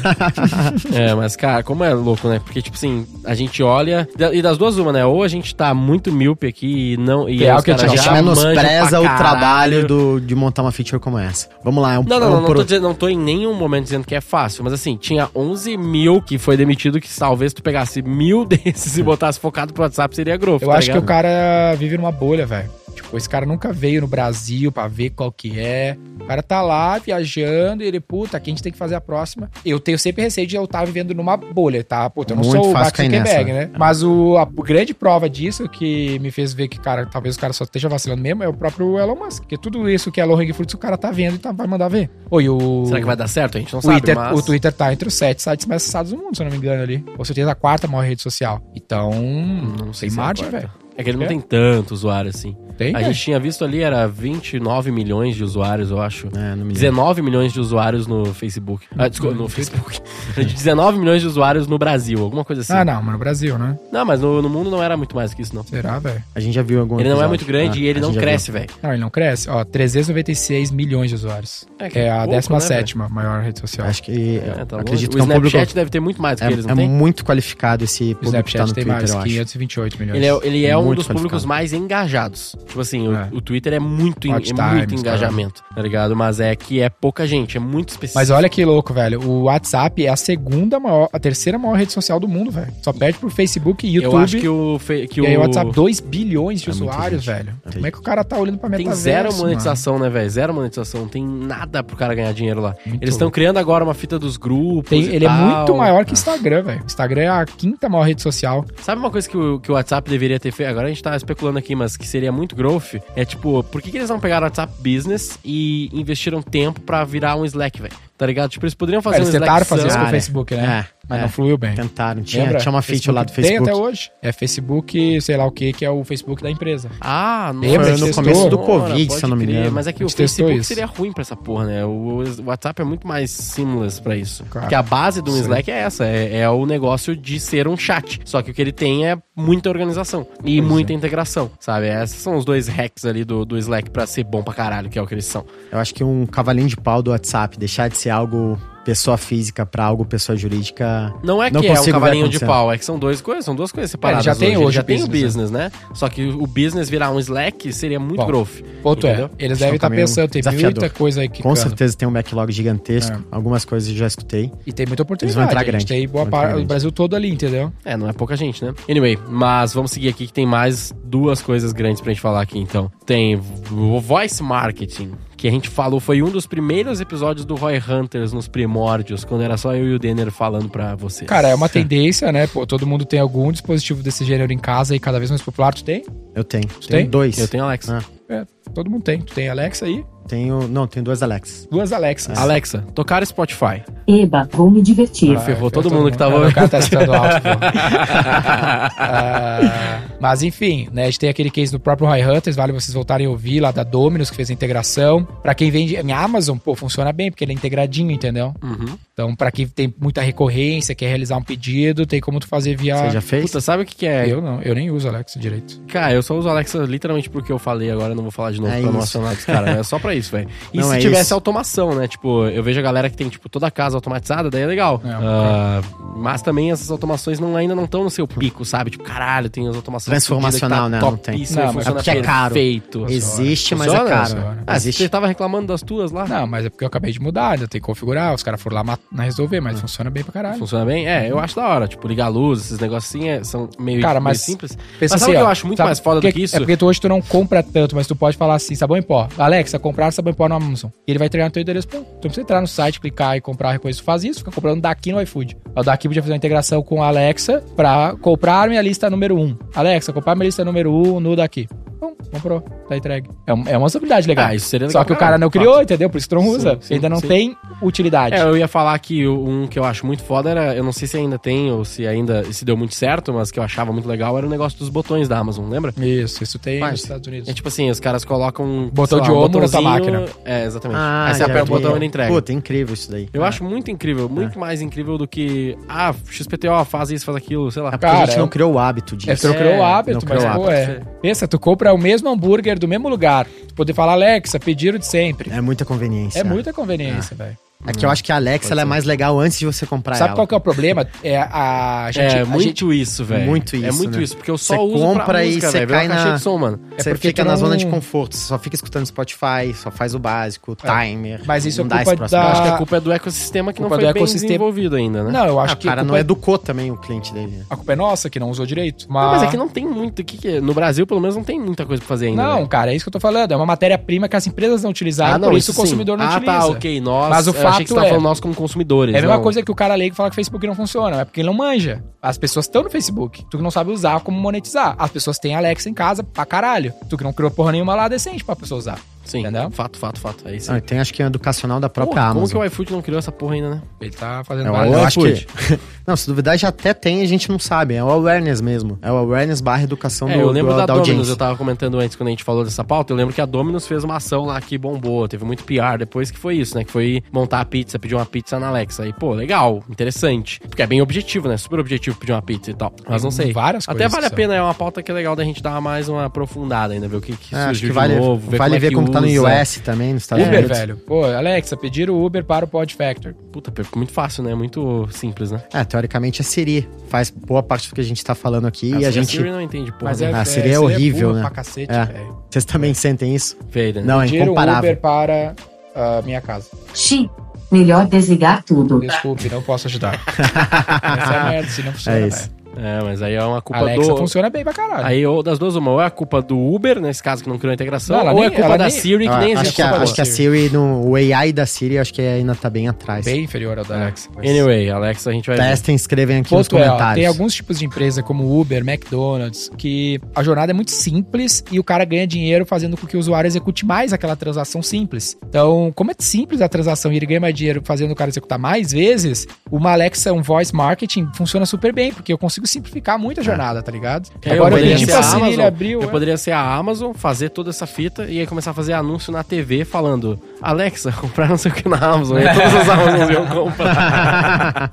D: É, mas, cara, como é louco, né? Porque, tipo assim, a gente olha. da- E das duas, uma, né? Ou a gente tá muito míope aqui e não. E
B: É,
D: aí
B: o
D: os
B: que eu
C: a
D: caras
B: tinha-
C: gente
D: já manjam pra
C: menospreza o
D: caralho.
C: trabalho do- de montar uma feature como essa. Vamos lá, é um
D: Não,
C: é
D: não,
C: um
D: não, não
C: pro-
D: tô, dizendo, não tô em nenhum momento dizendo que é fácil, mas assim, tinha 11 mil que foi demitido, que talvez tu pegasse mil desses e botasse focado pro WhatsApp seria grosso. tá
B: Eu acho que o cara vive numa bolha, velho. Tipo, esse cara nunca veio no Brasil pra ver qual que é. O cara tá lá viajando e ele, puta, aqui a gente tem que fazer a próxima. Eu tenho sempre receio de eu estar vivendo numa bolha, tá? Puta, eu não
C: Muito
B: sou o
C: fácil
B: Mark
C: cair
B: Zuckerberg,
C: nessa,
D: É.
B: né? Mas o, a grande prova disso que me fez ver que, cara, talvez o cara só esteja vacilando mesmo é o próprio Elon Musk. Porque tudo isso que é low hanging fruits o cara tá vendo e tá, vai mandar ver. Oi, o...
D: Será que vai dar certo? A gente não
B: O Twitter,
D: sabe, mas...
B: o Twitter tá entre os sete sites mais acessados do mundo, se eu não me engano, ali. Com certeza a quarta maior rede social. Então,
D: Não
B: tem
D: sei se é a
B: margem,
D: quarta.
B: velho.
D: É que ele não
B: É?
D: tem tanto usuário assim.
B: Tem?
D: A
B: né?
D: gente tinha visto ali, era 29 milhões de usuários, eu acho.
C: É, não me lembro.
D: 19 milhões de usuários no Facebook. Ah, desculpa, no Facebook. 19 milhões de usuários no Brasil, alguma coisa assim.
B: Ah, não, mas no Brasil, né?
D: Não, mas no, no mundo não era muito mais que isso, não.
B: Será, velho?
C: A gente já viu algum
D: Ele não é
C: episódio.
D: muito grande
C: Ah,
D: e ele
C: a
D: não
C: gente já
D: cresce, velho.
B: Não, ele não cresce. Ó, 396 milhões de usuários.
D: É, que
B: É, a
D: pouco,
B: 17 maior rede social.
C: viu. Acho que.
D: É, tá
C: acredito
D: longe.
C: que é
D: o
C: um público.
D: Snapchat deve ter muito mais do
C: É,
D: que eles,
C: é
D: não tem?
C: muito qualificado esse
B: O
C: público que tá
B: Snapchat
C: no
B: tem
C: Twitter,
B: mais,
C: eu acho.
B: 528 milhões.
D: Ele é, ele é
C: É
D: um
C: muito
D: dos públicos
C: qualificado.
D: mais engajados. Tipo assim, o-
B: É.
D: o, Twitter é muito, en-
B: Watch
D: é
B: times, cara.
D: muito engajamento, tá ligado? Mas é que é pouca gente, é muito específico.
B: Mas olha que louco, velho. O WhatsApp é a segunda maior, a terceira maior rede social do mundo, velho. Só perde pro Facebook e YouTube.
D: Eu acho que o... fe- Que
B: e aí o
D: o
B: WhatsApp, 2 bilhões de
C: É muita
B: usuários,
C: gente.
B: velho.
C: É.
B: Como é que o cara tá olhando pra
D: Tem
B: metaverso?
D: zero
B: mano?
D: monetização, né, velho? Zero monetização. Não tem nada pro cara ganhar dinheiro lá.
B: Muito
D: Eles estão
B: louco.
D: criando agora uma fita dos grupos.
B: Tem-
D: e
B: ele é
D: tal.
C: né?
B: muito maior que o Instagram, velho. O Instagram é a quinta maior rede social.
D: Sabe uma coisa que o, que o WhatsApp deveria ter feito? Agora a gente tá especulando aqui, mas que seria muito growth. É tipo, por que, que eles não pegaram o WhatsApp Business e investiram tempo pra virar um Slack, velho? Tá ligado? Tipo, eles poderiam fazer
B: eles
D: um
B: tentaram fazer isso
D: Slackzão.
B: com o
C: Ah, é.
B: Facebook, né?
C: É,
B: Mas
C: é.
B: não fluiu bem.
C: Tentaram, tinha,
B: Lembra?
C: tinha uma feature lá do
B: Facebook
C: Facebook.
B: Tem até hoje. É Facebook, sei lá o que, que é o Facebook da empresa.
D: Ah, não.
B: Lembra?
D: Foi
B: A gente testou.
C: Covid,
D: pode
C: se eu não me
D: crer.
C: engano.
D: Mas é que
B: A
D: o
B: gente testou
D: Facebook
B: isso.
D: seria ruim pra essa porra, né? O o WhatsApp é muito mais seamless pra isso.
B: Claro.
D: Porque a base do
B: Sim.
D: Slack é essa, é, é o negócio de ser um chat. Só que o que ele tem é muita organização e
B: Pois
D: muita
B: é.
D: integração, sabe? Esses são os dois hacks ali do, do Slack pra ser bom pra caralho, que é o que eles são.
C: Eu acho que um cavalinho de pau do WhatsApp, deixar de ser algo pessoa física pra algo pessoa jurídica.
D: Não é que
C: Não
D: é um
C: consigo ver
D: cavalinho de
C: acontecendo.
D: pau, é que são duas coisas, são duas coisas separadas.
B: É, já tem
D: Ele
B: hoje
D: já
B: o
D: tem o
B: business,
D: business, né? Só que o business virar um Slack seria muito
B: Bom,
D: growth.
B: Ponto
D: Entendeu?
B: é, eles
C: Acho que é
B: devem
C: um
B: estar
C: caminho
B: pensando, tem
C: desafiador.
B: muita coisa aí que
C: Com certeza tem um backlog gigantesco.
D: É.
C: Algumas coisas eu já escutei.
B: E tem muita oportunidade.
C: Eles vão entrar
B: a gente
C: grande.
B: Tem boa
C: Vão entrar
B: parte do
C: grande.
B: Brasil todo ali, entendeu?
D: É, não é pouca gente, né? Anyway, mas vamos seguir aqui que tem mais duas coisas grandes pra gente falar aqui, então. Tem o Voice Marketing, que a gente falou, foi um dos primeiros episódios do Roy Hunters nos primórdios, quando era só eu e o Denner falando pra vocês.
B: Cara, é uma tendência, né? Pô, todo mundo tem algum dispositivo desse gênero em casa e cada vez mais popular. Tu tem?
C: Eu tenho.
B: tem?
C: Tenho dois.
D: Eu tenho Alexa.
C: Ah.
B: É, todo mundo tem. Tu tem Alexa aí?
C: Tenho. Não, tenho duas Alexas.
B: Duas Alexas.
D: Alexa, tocar Spotify.
A: Eba, vou me divertir.
B: Ah,
D: ferrou todo
B: ferrou
D: mundo que tava-
B: Não, O cara tá escutando alto, pô. Ah, mas enfim, né? A gente tem aquele case do próprio Roy Hunters, vale vocês voltarem a ouvir lá da Dominus, que fez a integração. Pra quem vende em Amazon, pô, funciona bem, porque ele é integradinho, entendeu?
D: Uhum.
B: Então, pra quem tem muita recorrência, quer realizar um pedido, tem como tu fazer via.
C: Você já fez?
D: Ah, Puta, sabe o que, que é?
B: Eu não, eu nem uso Alexa direito.
D: Cara, eu só uso Alexa literalmente porque eu falei, agora eu não vou falar de novo
C: É
D: pra não
C: isso.
D: acionar dos caras. né? É só pra isso, velho. E
C: Não,
D: se
C: é
D: tivesse
C: isso.
D: automação, né? Tipo, eu vejo a galera que tem, tipo, toda a casa automatizada, daí é legal.
B: É,
D: Ah, mas também essas automações não, ainda não estão no seu pico, sabe? Tipo, caralho, tem as automações.
C: Transformacional,
D: fodidas
C: né?
D: que
C: Não tem.
D: topíssimo e
B: Não, mas
D: funciona
C: é porque é caro.
D: perfeito.
C: Existe, mas
D: Funciona?
C: é caro.
B: Funciona.
D: Ah,
C: Existe.
D: você tava reclamando das tuas lá?
B: Não, mas é porque eu acabei de mudar, ainda tem que configurar, os caras foram lá mat- na resolver, mas
D: Ah.
B: funciona bem pra caralho.
D: Funciona bem? É, eu acho da hora. Tipo, ligar a luz, esses negocinhos assim, é- são meio,
B: Cara,
D: meio
B: mas
D: simples.
B: Pensa assim,
D: Mas sabe o que
B: ó,
D: eu acho muito mais foda do
B: porque-
D: que isso?
B: É porque tu, hoje tu não compra tanto, mas tu pode falar assim, sabão em pó. Alexa, comprar sabão em pó no Amazon. E ele vai entregar no teu endereço. Pô, tu não precisa entrar no site, clicar e comprar coisa. Tu faz isso, fica comprando daqui no iFood. O daqui podia fazer uma integração com a Alexa pra comprar minha lista número 1. Alexa, comprar minha lista número 1 no daqui. Bom, comprou, tá entregue. É, um- é uma possibilidade legal.
D: Ah, isso seria legal
B: Só que
D: pra
B: o cara
D: caralho,
B: não
D: de
B: criou, entendeu? Por isso tu não
D: Sim,
B: usa.
D: sim,
B: Ainda não
D: sim.
B: tem utilidade.
D: É, eu ia falar que um que eu acho muito foda era, eu não sei se ainda tem ou se ainda se deu muito certo, mas que eu achava muito legal era o negócio dos botões da Amazon, lembra?
B: Isso, isso tem
D: Mas-
B: nos Estados Unidos.
D: É tipo assim, os caras colocam um,
B: Botão
D: sei
B: de ombro na tua
D: botãozinho-
B: máquina.
D: É, exatamente.
C: Ah,
D: Aí você
C: já
D: aperta o
C: vi.
D: botão e ele entrega.
C: Puta, é incrível isso daí.
B: ah.
D: Eu acho muito incrível, muito mais incrível do que ah, XPTO faz isso, faz aquilo, sei lá.
C: É porque a
B: Cara,
C: gente
B: eu-
C: não criou o hábito disso.
B: É, tu não criou o
D: É,
B: hábito,
C: não
B: mas,
C: criou o
B: pô, é. Pensa, tu compra o mesmo hambúrguer do mesmo lugar. Tu poder falar, Alexa, pedir o de sempre.
C: É muita conveniência.
B: É muita conveniência, velho.
C: É que eu acho que a Alexa ela é mais legal antes de você comprar
B: Sabe
C: ela.
B: qual que é o problema? É a a gente...
D: é
B: a
D: muito
B: gente-
D: isso, velho.
C: Muito
D: É
C: isso,
D: muito
C: né?
D: isso, porque eu só
C: Você
D: uso pra
C: compra e
D: música,
C: você
D: velho. Vira
C: cai
D: uma caixinha
C: na-
D: de som, mano.
C: Você
B: porque
C: fica
B: tu
C: na
B: não-
C: zona de conforto, você só fica escutando Spotify, só faz o básico, timer.
B: Mas isso
C: não
B: é
C: dá
B: culpa
C: esse
B: da-
C: próximo.
D: Eu
C: Eu
D: acho
C: acho
D: que a culpa é do ecossistema que não
B: Culpa
D: foi
B: do
D: bem
B: ecossistema.
D: desenvolvido ainda, né?
B: Não, eu acho
C: que o
B: que a
C: cara
B: culpa
C: não
B: é-
C: educou também o cliente dele. né?
B: a culpa é nossa, que não usou direito. Mas...
D: Não, mas é que não tem muito. Que que- no Brasil, pelo menos, não tem muita coisa pra fazer ainda.
B: Não,
D: né?
B: cara, é isso que eu tô falando. É uma matéria-prima que as empresas não utilizaram,
D: Ah, não,
B: por isso, o
D: sim.
B: consumidor não
D: ah,
B: utiliza.
D: tá, ok. Nós,
B: Mas o
D: eu achei que você
B: fato
D: tava
B: é-
D: falando nós como consumidores.
B: É a mesma
D: não.
B: coisa que o cara leigo fala que o Facebook não funciona, é porque ele não manja. As pessoas estão no Facebook, tu que não sabe usar como monetizar. As pessoas têm Alexa em casa pra caralho, tu que não criou porra nenhuma lá decente pra pessoa usar.
D: Sim.
B: Entendeu?
D: Fato, fato, fato. É isso.
C: Ah, e tem acho que é educacional da própria
D: Porra, como que
C: Amazon.
D: o iFood não criou essa porra ainda, né?
B: Ele tá fazendo
C: É,
B: várias-
C: eu acho
D: iFood.
C: que... não, se duvidar já até tem, a gente não sabe. É o awareness mesmo. É o awareness barra educação
D: É,
C: do,
D: eu lembro
C: do-
D: da,
C: da
D: Dominus,
C: audiência.
D: eu tava comentando antes quando a gente falou dessa pauta, eu lembro que a Dominus fez uma ação lá que bombou, teve muito PR depois que foi isso, né? Que foi montar a pizza, pedir uma pizza na Alexa. E, pô, legal, interessante. Porque é bem objetivo, né? Super objetivo pedir uma pizza e tal. Mas não sei.
B: várias
D: Até
B: coisas
D: vale a
B: que
D: pena, é uma pauta que é legal da gente dar mais uma aprofundada ainda, ver o que, que
C: É, acho
D: surgiu
C: que vale,
D: de novo.
C: vale
D: como é
C: ver
D: que
C: como tá no
D: usa.
C: US também, nos Estados
B: Uber,
C: Unidos.
B: velho. Pô, Alexa, pedir o Uber para o Pod Factor.
D: Puta, Pepe, muito fácil, né? Muito simples, né?
C: É, teoricamente é Siri. Faz boa parte do que a gente tá falando aqui e
D: Só
C: a
D: que
C: gente...
D: É, Siri não entende, porra.
B: Mas
D: né?
B: é,
C: Ah, seria
B: é-
C: horrível,
B: burro
C: né?
B: Pra cacete,
C: É.
B: velho.
C: Vocês também sentem isso?
D: Feira, né?
C: Não, é
B: Pedir o
C: incomparável.
B: Uber para a minha casa.
F: Xi, melhor desligar tudo.
B: Desculpe, não posso ajudar. Essa é a merda, se não funciona.
C: É isso.
B: velho.
D: É, mas aí é uma culpa
B: Alexa
D: do...
B: funciona bem pra caralho.
D: Aí, ou das duas, uma, ou é a culpa do Uber, nesse caso que não criou a integração,
B: Não, ela
D: ou é
B: nem-
D: culpa
B: ela
D: da
B: nem-
D: Siri, que
C: Ah,
D: nem
C: acho
D: existe.
B: é,
C: que, a,
D: essa
C: acho que a
D: porra.
C: Siri, no, o AI da Siri, acho que ainda tá bem atrás.
B: Bem inferior ao da
C: é.
B: Alexa.
D: Anyway, Alexa, a gente
B: Tá,
D: vai ver.
C: Testem, escrevem aqui nos
B: Outro é, ó,
C: comentários.
B: tem alguns tipos de empresa como Uber, McDonald's, que a jornada é muito simples e o cara ganha dinheiro fazendo com que o usuário execute mais aquela transação simples. Então, como é simples a transação e ele ganha mais dinheiro fazendo o cara executar mais vezes, uma Alexa, um voice marketing funciona super bem, porque eu consigo simplificar muito
C: É.
B: a jornada, tá ligado?
D: Eu
B: Agora eu
D: poderia
B: pedi
D: ser
B: pra
D: a
B: Siri, ele
D: Amazon,
B: abriu...
D: Eu
B: é.
D: poderia ser a Amazon, fazer toda essa fita e aí começar a fazer anúncio na TV falando Alexa, comprar não sei o que na Amazon. E aí todas as Amazons iam comprar.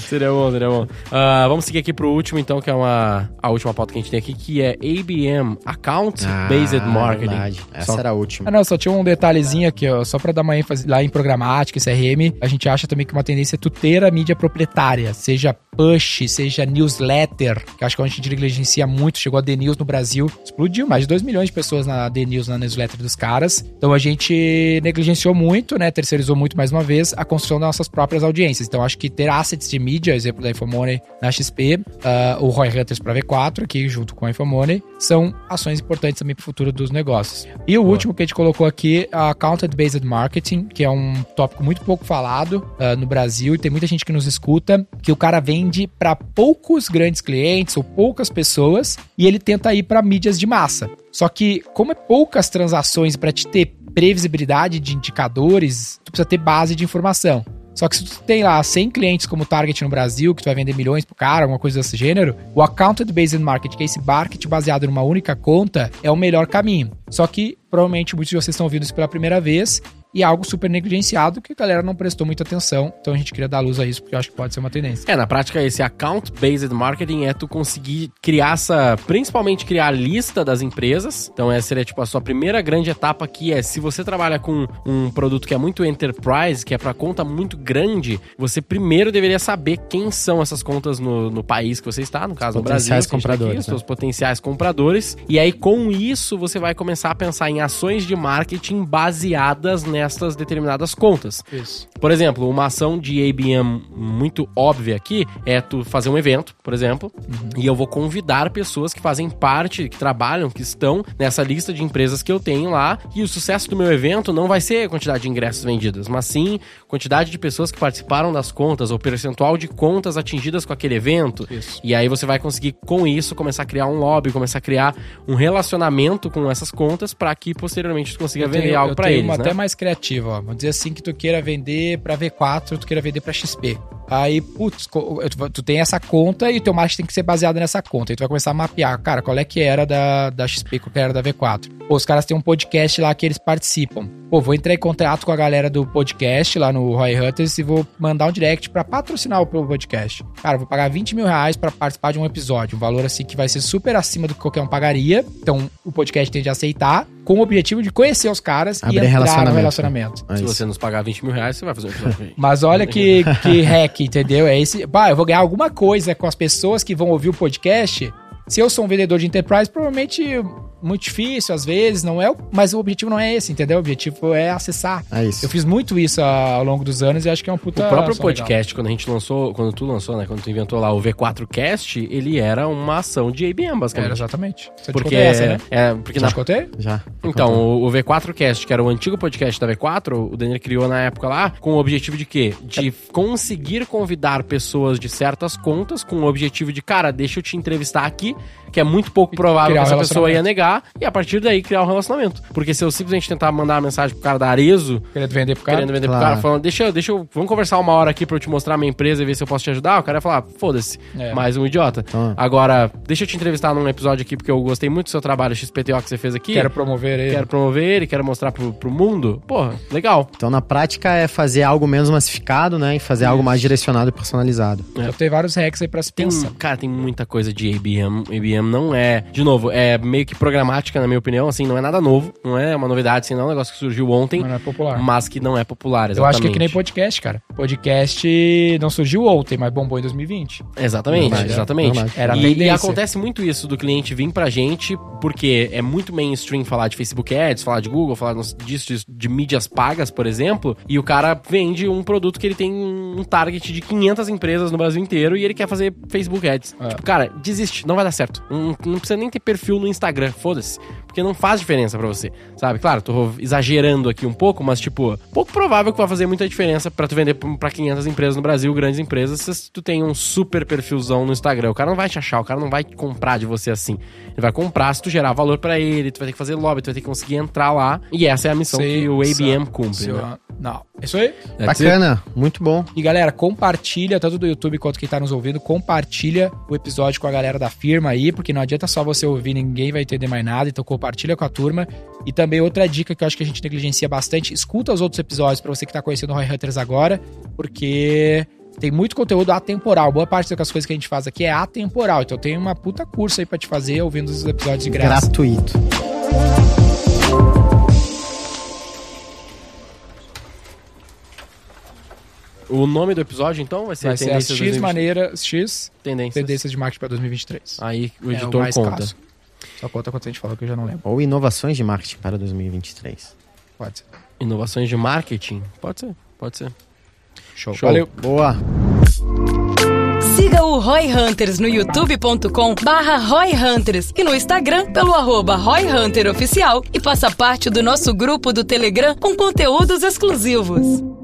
D: seria bom, seria bom. Ah, vamos seguir aqui pro último, então, que é uma, a última pauta que a gente tem aqui, que é ABM, Account
C: Ah,
D: Based Marketing.
C: verdade. Essa
D: Só-
C: era a
B: Ah,
C: última.
B: não, só tinha um detalhezinho aqui, ó, só pra dar uma ênfase lá em programática e CRM, a gente acha também que uma tendência é tu ter a mídia proprietária, seja push, seja newsletter, que acho que a gente negligencia muito, chegou a The News no Brasil, explodiu, mais de 2 milhões de pessoas na The News, na newsletter dos caras, então a gente negligenciou muito, né, terceirizou muito mais uma vez a construção das nossas próprias audiências, então acho que ter assets de mídia, exemplo da Infomoney na XP, ah, o Roy Hunters para V4, aqui junto com a Infomoney, são ações importantes também para o futuro dos negócios. E o último que a gente colocou aqui, a Accounted Based Marketing, que é um tópico muito pouco falado ah, no Brasil, e tem muita gente que nos escuta, que o cara vende para poucos grandes clientes ou poucas pessoas, e ele tenta ir para mídias de massa. Só que, como é poucas transações para te ter previsibilidade de indicadores, tu precisa ter base de informação. Só que se tu tem lá 100 clientes como target no Brasil, que tu vai vender milhões pro cara, alguma coisa desse gênero, o Accounted Based Market, que é esse marketing baseado numa única conta, é o melhor caminho. Só que, provavelmente, muitos de vocês estão ouvindo isso pela primeira vez, e é algo super negligenciado que a galera não prestou muita atenção. Então a gente queria dar luz a isso, porque eu acho que pode ser uma tendência.
D: É, na prática, esse account-based marketing é tu conseguir criar essa. Principalmente criar a lista das empresas. Então, essa seria tipo a sua primeira grande etapa, que é se você trabalha com um produto que é muito enterprise, que é pra conta muito grande, você primeiro deveria saber quem são essas contas no, no país que você está, no caso, no Brasil.
C: Potenciais
D: que a gente tá aqui,
C: compradores, né?
D: os seus potenciais compradores. E aí, com isso, você vai começar a pensar em ações de marketing baseadas nessas determinadas contas.
B: Isso.
D: Por exemplo, uma ação de ABM muito óbvia aqui é tu fazer um evento, por exemplo, e eu vou convidar pessoas que fazem parte, que trabalham, que estão nessa lista de empresas que eu tenho lá, e o sucesso do meu evento não vai ser a quantidade de ingressos vendidos, mas sim quantidade de pessoas que participaram das contas ou percentual de contas atingidas com aquele evento.
B: Isso.
D: E aí você vai conseguir, com isso, começar a criar um lobby, começar a criar um relacionamento com essas contas para que posteriormente tu consiga vender
B: tenho-
D: algo para
B: tenho
D: eles,
B: uma
D: né?
B: até mais criativa, ó. Vamos dizer assim que tu queira vender pra V4, tu queira vender pra XP. Aí, putz, co- tu tu tem essa conta e o teu marketing tem que ser baseado nessa conta. Aí tu vai começar a mapear, cara, qual é que era da, da XP, qual que era da V4. Pô, os caras têm um podcast lá que eles participam. Pô, vou entrar em contato com a galera do podcast lá no Roy Hunters e vou mandar um direct pra patrocinar o pro podcast. Cara, vou pagar 20 mil reais pra participar de um episódio. Um valor assim que vai ser super acima do que qualquer um pagaria. Então, o podcast tende a aceitar com o objetivo de conhecer os caras
C: Abrir
B: e entrar
C: relacionamento.
B: no relacionamento.
C: É
D: Se
C: isso.
D: você nos pagar 20 mil reais, você vai fazer um episódio. aí.
B: Mas olha que, que hack, entendeu? É esse. Pá, eu vou ganhar alguma coisa com as pessoas que vão ouvir o podcast. Se eu sou um vendedor de enterprise, provavelmente muito difícil, às vezes, não é. o- Mas o objetivo não é esse, entendeu? O objetivo é acessar.
C: É isso.
B: Eu fiz muito isso ah, ao longo dos anos e acho que é um puta.
D: O próprio
B: ação legal.
D: podcast, quando a gente lançou, quando tu lançou, né? Quando tu inventou lá o V4Cast, ele era uma ação de IBM,
B: Era,
D: basicamente.
B: É, exatamente. Você te
D: porque
B: contei essa, né?
D: é, porque
B: Já
D: na
B: te contei?
C: Já.
D: Então, o, o V4Cast, que era o antigo podcast da V4, o Daniel criou na época lá, com o objetivo de quê? De
B: É.
D: conseguir convidar pessoas de certas contas, com o objetivo de, cara, deixa eu te entrevistar aqui, ali, que é muito pouco provável
B: criar
D: que
B: um
D: essa pessoa ia
B: relacionamento.
D: negar, e a partir daí criar um relacionamento. Porque se eu simplesmente tentar mandar uma mensagem pro cara da Arezo,
B: Querendo vender pro cara.
D: querendo vender
C: claro.
D: pro cara, falando, deixa, eu- deixa eu, vamos conversar uma hora aqui pra eu te mostrar a minha empresa e ver se eu posso te ajudar, o cara ia falar, foda-se,
B: É.
D: mais um idiota.
C: Ah.
D: Agora, deixa eu te entrevistar num episódio aqui, porque eu gostei muito do seu trabalho XPTO que você fez aqui.
B: Quero promover ele.
D: Quero promover ele, quero mostrar pro, pro mundo. Porra, legal.
C: Então, na prática, é fazer algo menos massificado, né? E fazer algo mais direcionado e personalizado.
D: É,
B: Eu tenho vários hacks aí pra se
D: Tem, um-
B: pensar.
D: cara, tem muita coisa de IBM. IBM não é, de novo, é meio que programática, na minha opinião, assim, não é nada novo, não é uma novidade, assim, não é um negócio que surgiu ontem,
B: Mas não é popular.
D: mas que não é popular, exatamente.
B: Eu acho que é que nem podcast, cara. Podcast não surgiu ontem, mas bombou em 2020.
D: Exatamente,
C: Verdade,
D: exatamente.
C: verdade.
B: Era a
D: e, e
B: tendência.
D: acontece muito isso do cliente vir pra gente, porque é muito mainstream falar de Facebook Ads, falar de Google, falar nos- disso, disso, de mídias pagas, por exemplo, e o cara vende um produto que ele tem um target de 500 empresas no Brasil inteiro e ele quer fazer Facebook Ads.
B: É.
D: Tipo, cara, desiste, não vai dar certo. Não, não precisa nem ter perfil no Instagram, foda-se. Porque não faz diferença pra você, sabe? Claro, tô exagerando aqui um pouco, mas, tipo, pouco provável que vai fazer muita diferença pra tu vender pra 500 empresas no Brasil, grandes empresas, se tu tem um super perfilzão no Instagram. O cara não vai te achar, o cara não vai comprar de você assim. Ele vai comprar se tu gerar valor pra ele, tu vai ter que fazer lobby, tu vai ter que conseguir entrar lá. E essa é a missão
B: Sei,
D: que o ABM
B: sabe,
D: cumpre,
B: Seu-
D: né?
B: Não. É Isso aí.
D: That's it.
C: Bacana, muito bom.
B: E galera, compartilha, tanto do YouTube quanto quem tá nos ouvindo, compartilha o episódio com a galera da firma aí, porque não adianta só você ouvir, ninguém vai entender mais nada, então compartilha com a turma. E também outra dica que eu acho que a gente negligencia bastante, escuta os outros episódios pra você que tá conhecendo o Roy Hunters agora, porque tem muito conteúdo atemporal, boa parte das coisas que a gente faz aqui é atemporal, então tem uma puta curso aí pra te fazer ouvindo os episódios de graça.
C: Gratuito.
D: O nome do episódio, então, vai ser
B: Vai ser as X
D: Tendências 2020.
B: maneiras, X
D: Tendências.
B: tendências de marketing pra 2023.
D: Aí o
B: É,
D: editor
B: mais
D: conta.
B: clássico. Só conta quanto a gente falou que eu já não lembro.
C: Ou inovações de marketing para 2023.
B: Pode ser.
D: Inovações de marketing? Pode ser, pode ser.
B: Show.
D: Show.
B: Valeu.
C: Boa.
E: Siga o Roy Hunters no youtube.com barra Roy Hunters e no Instagram pelo arroba Roy Hunter Oficial e faça parte do nosso grupo do Telegram com conteúdos exclusivos.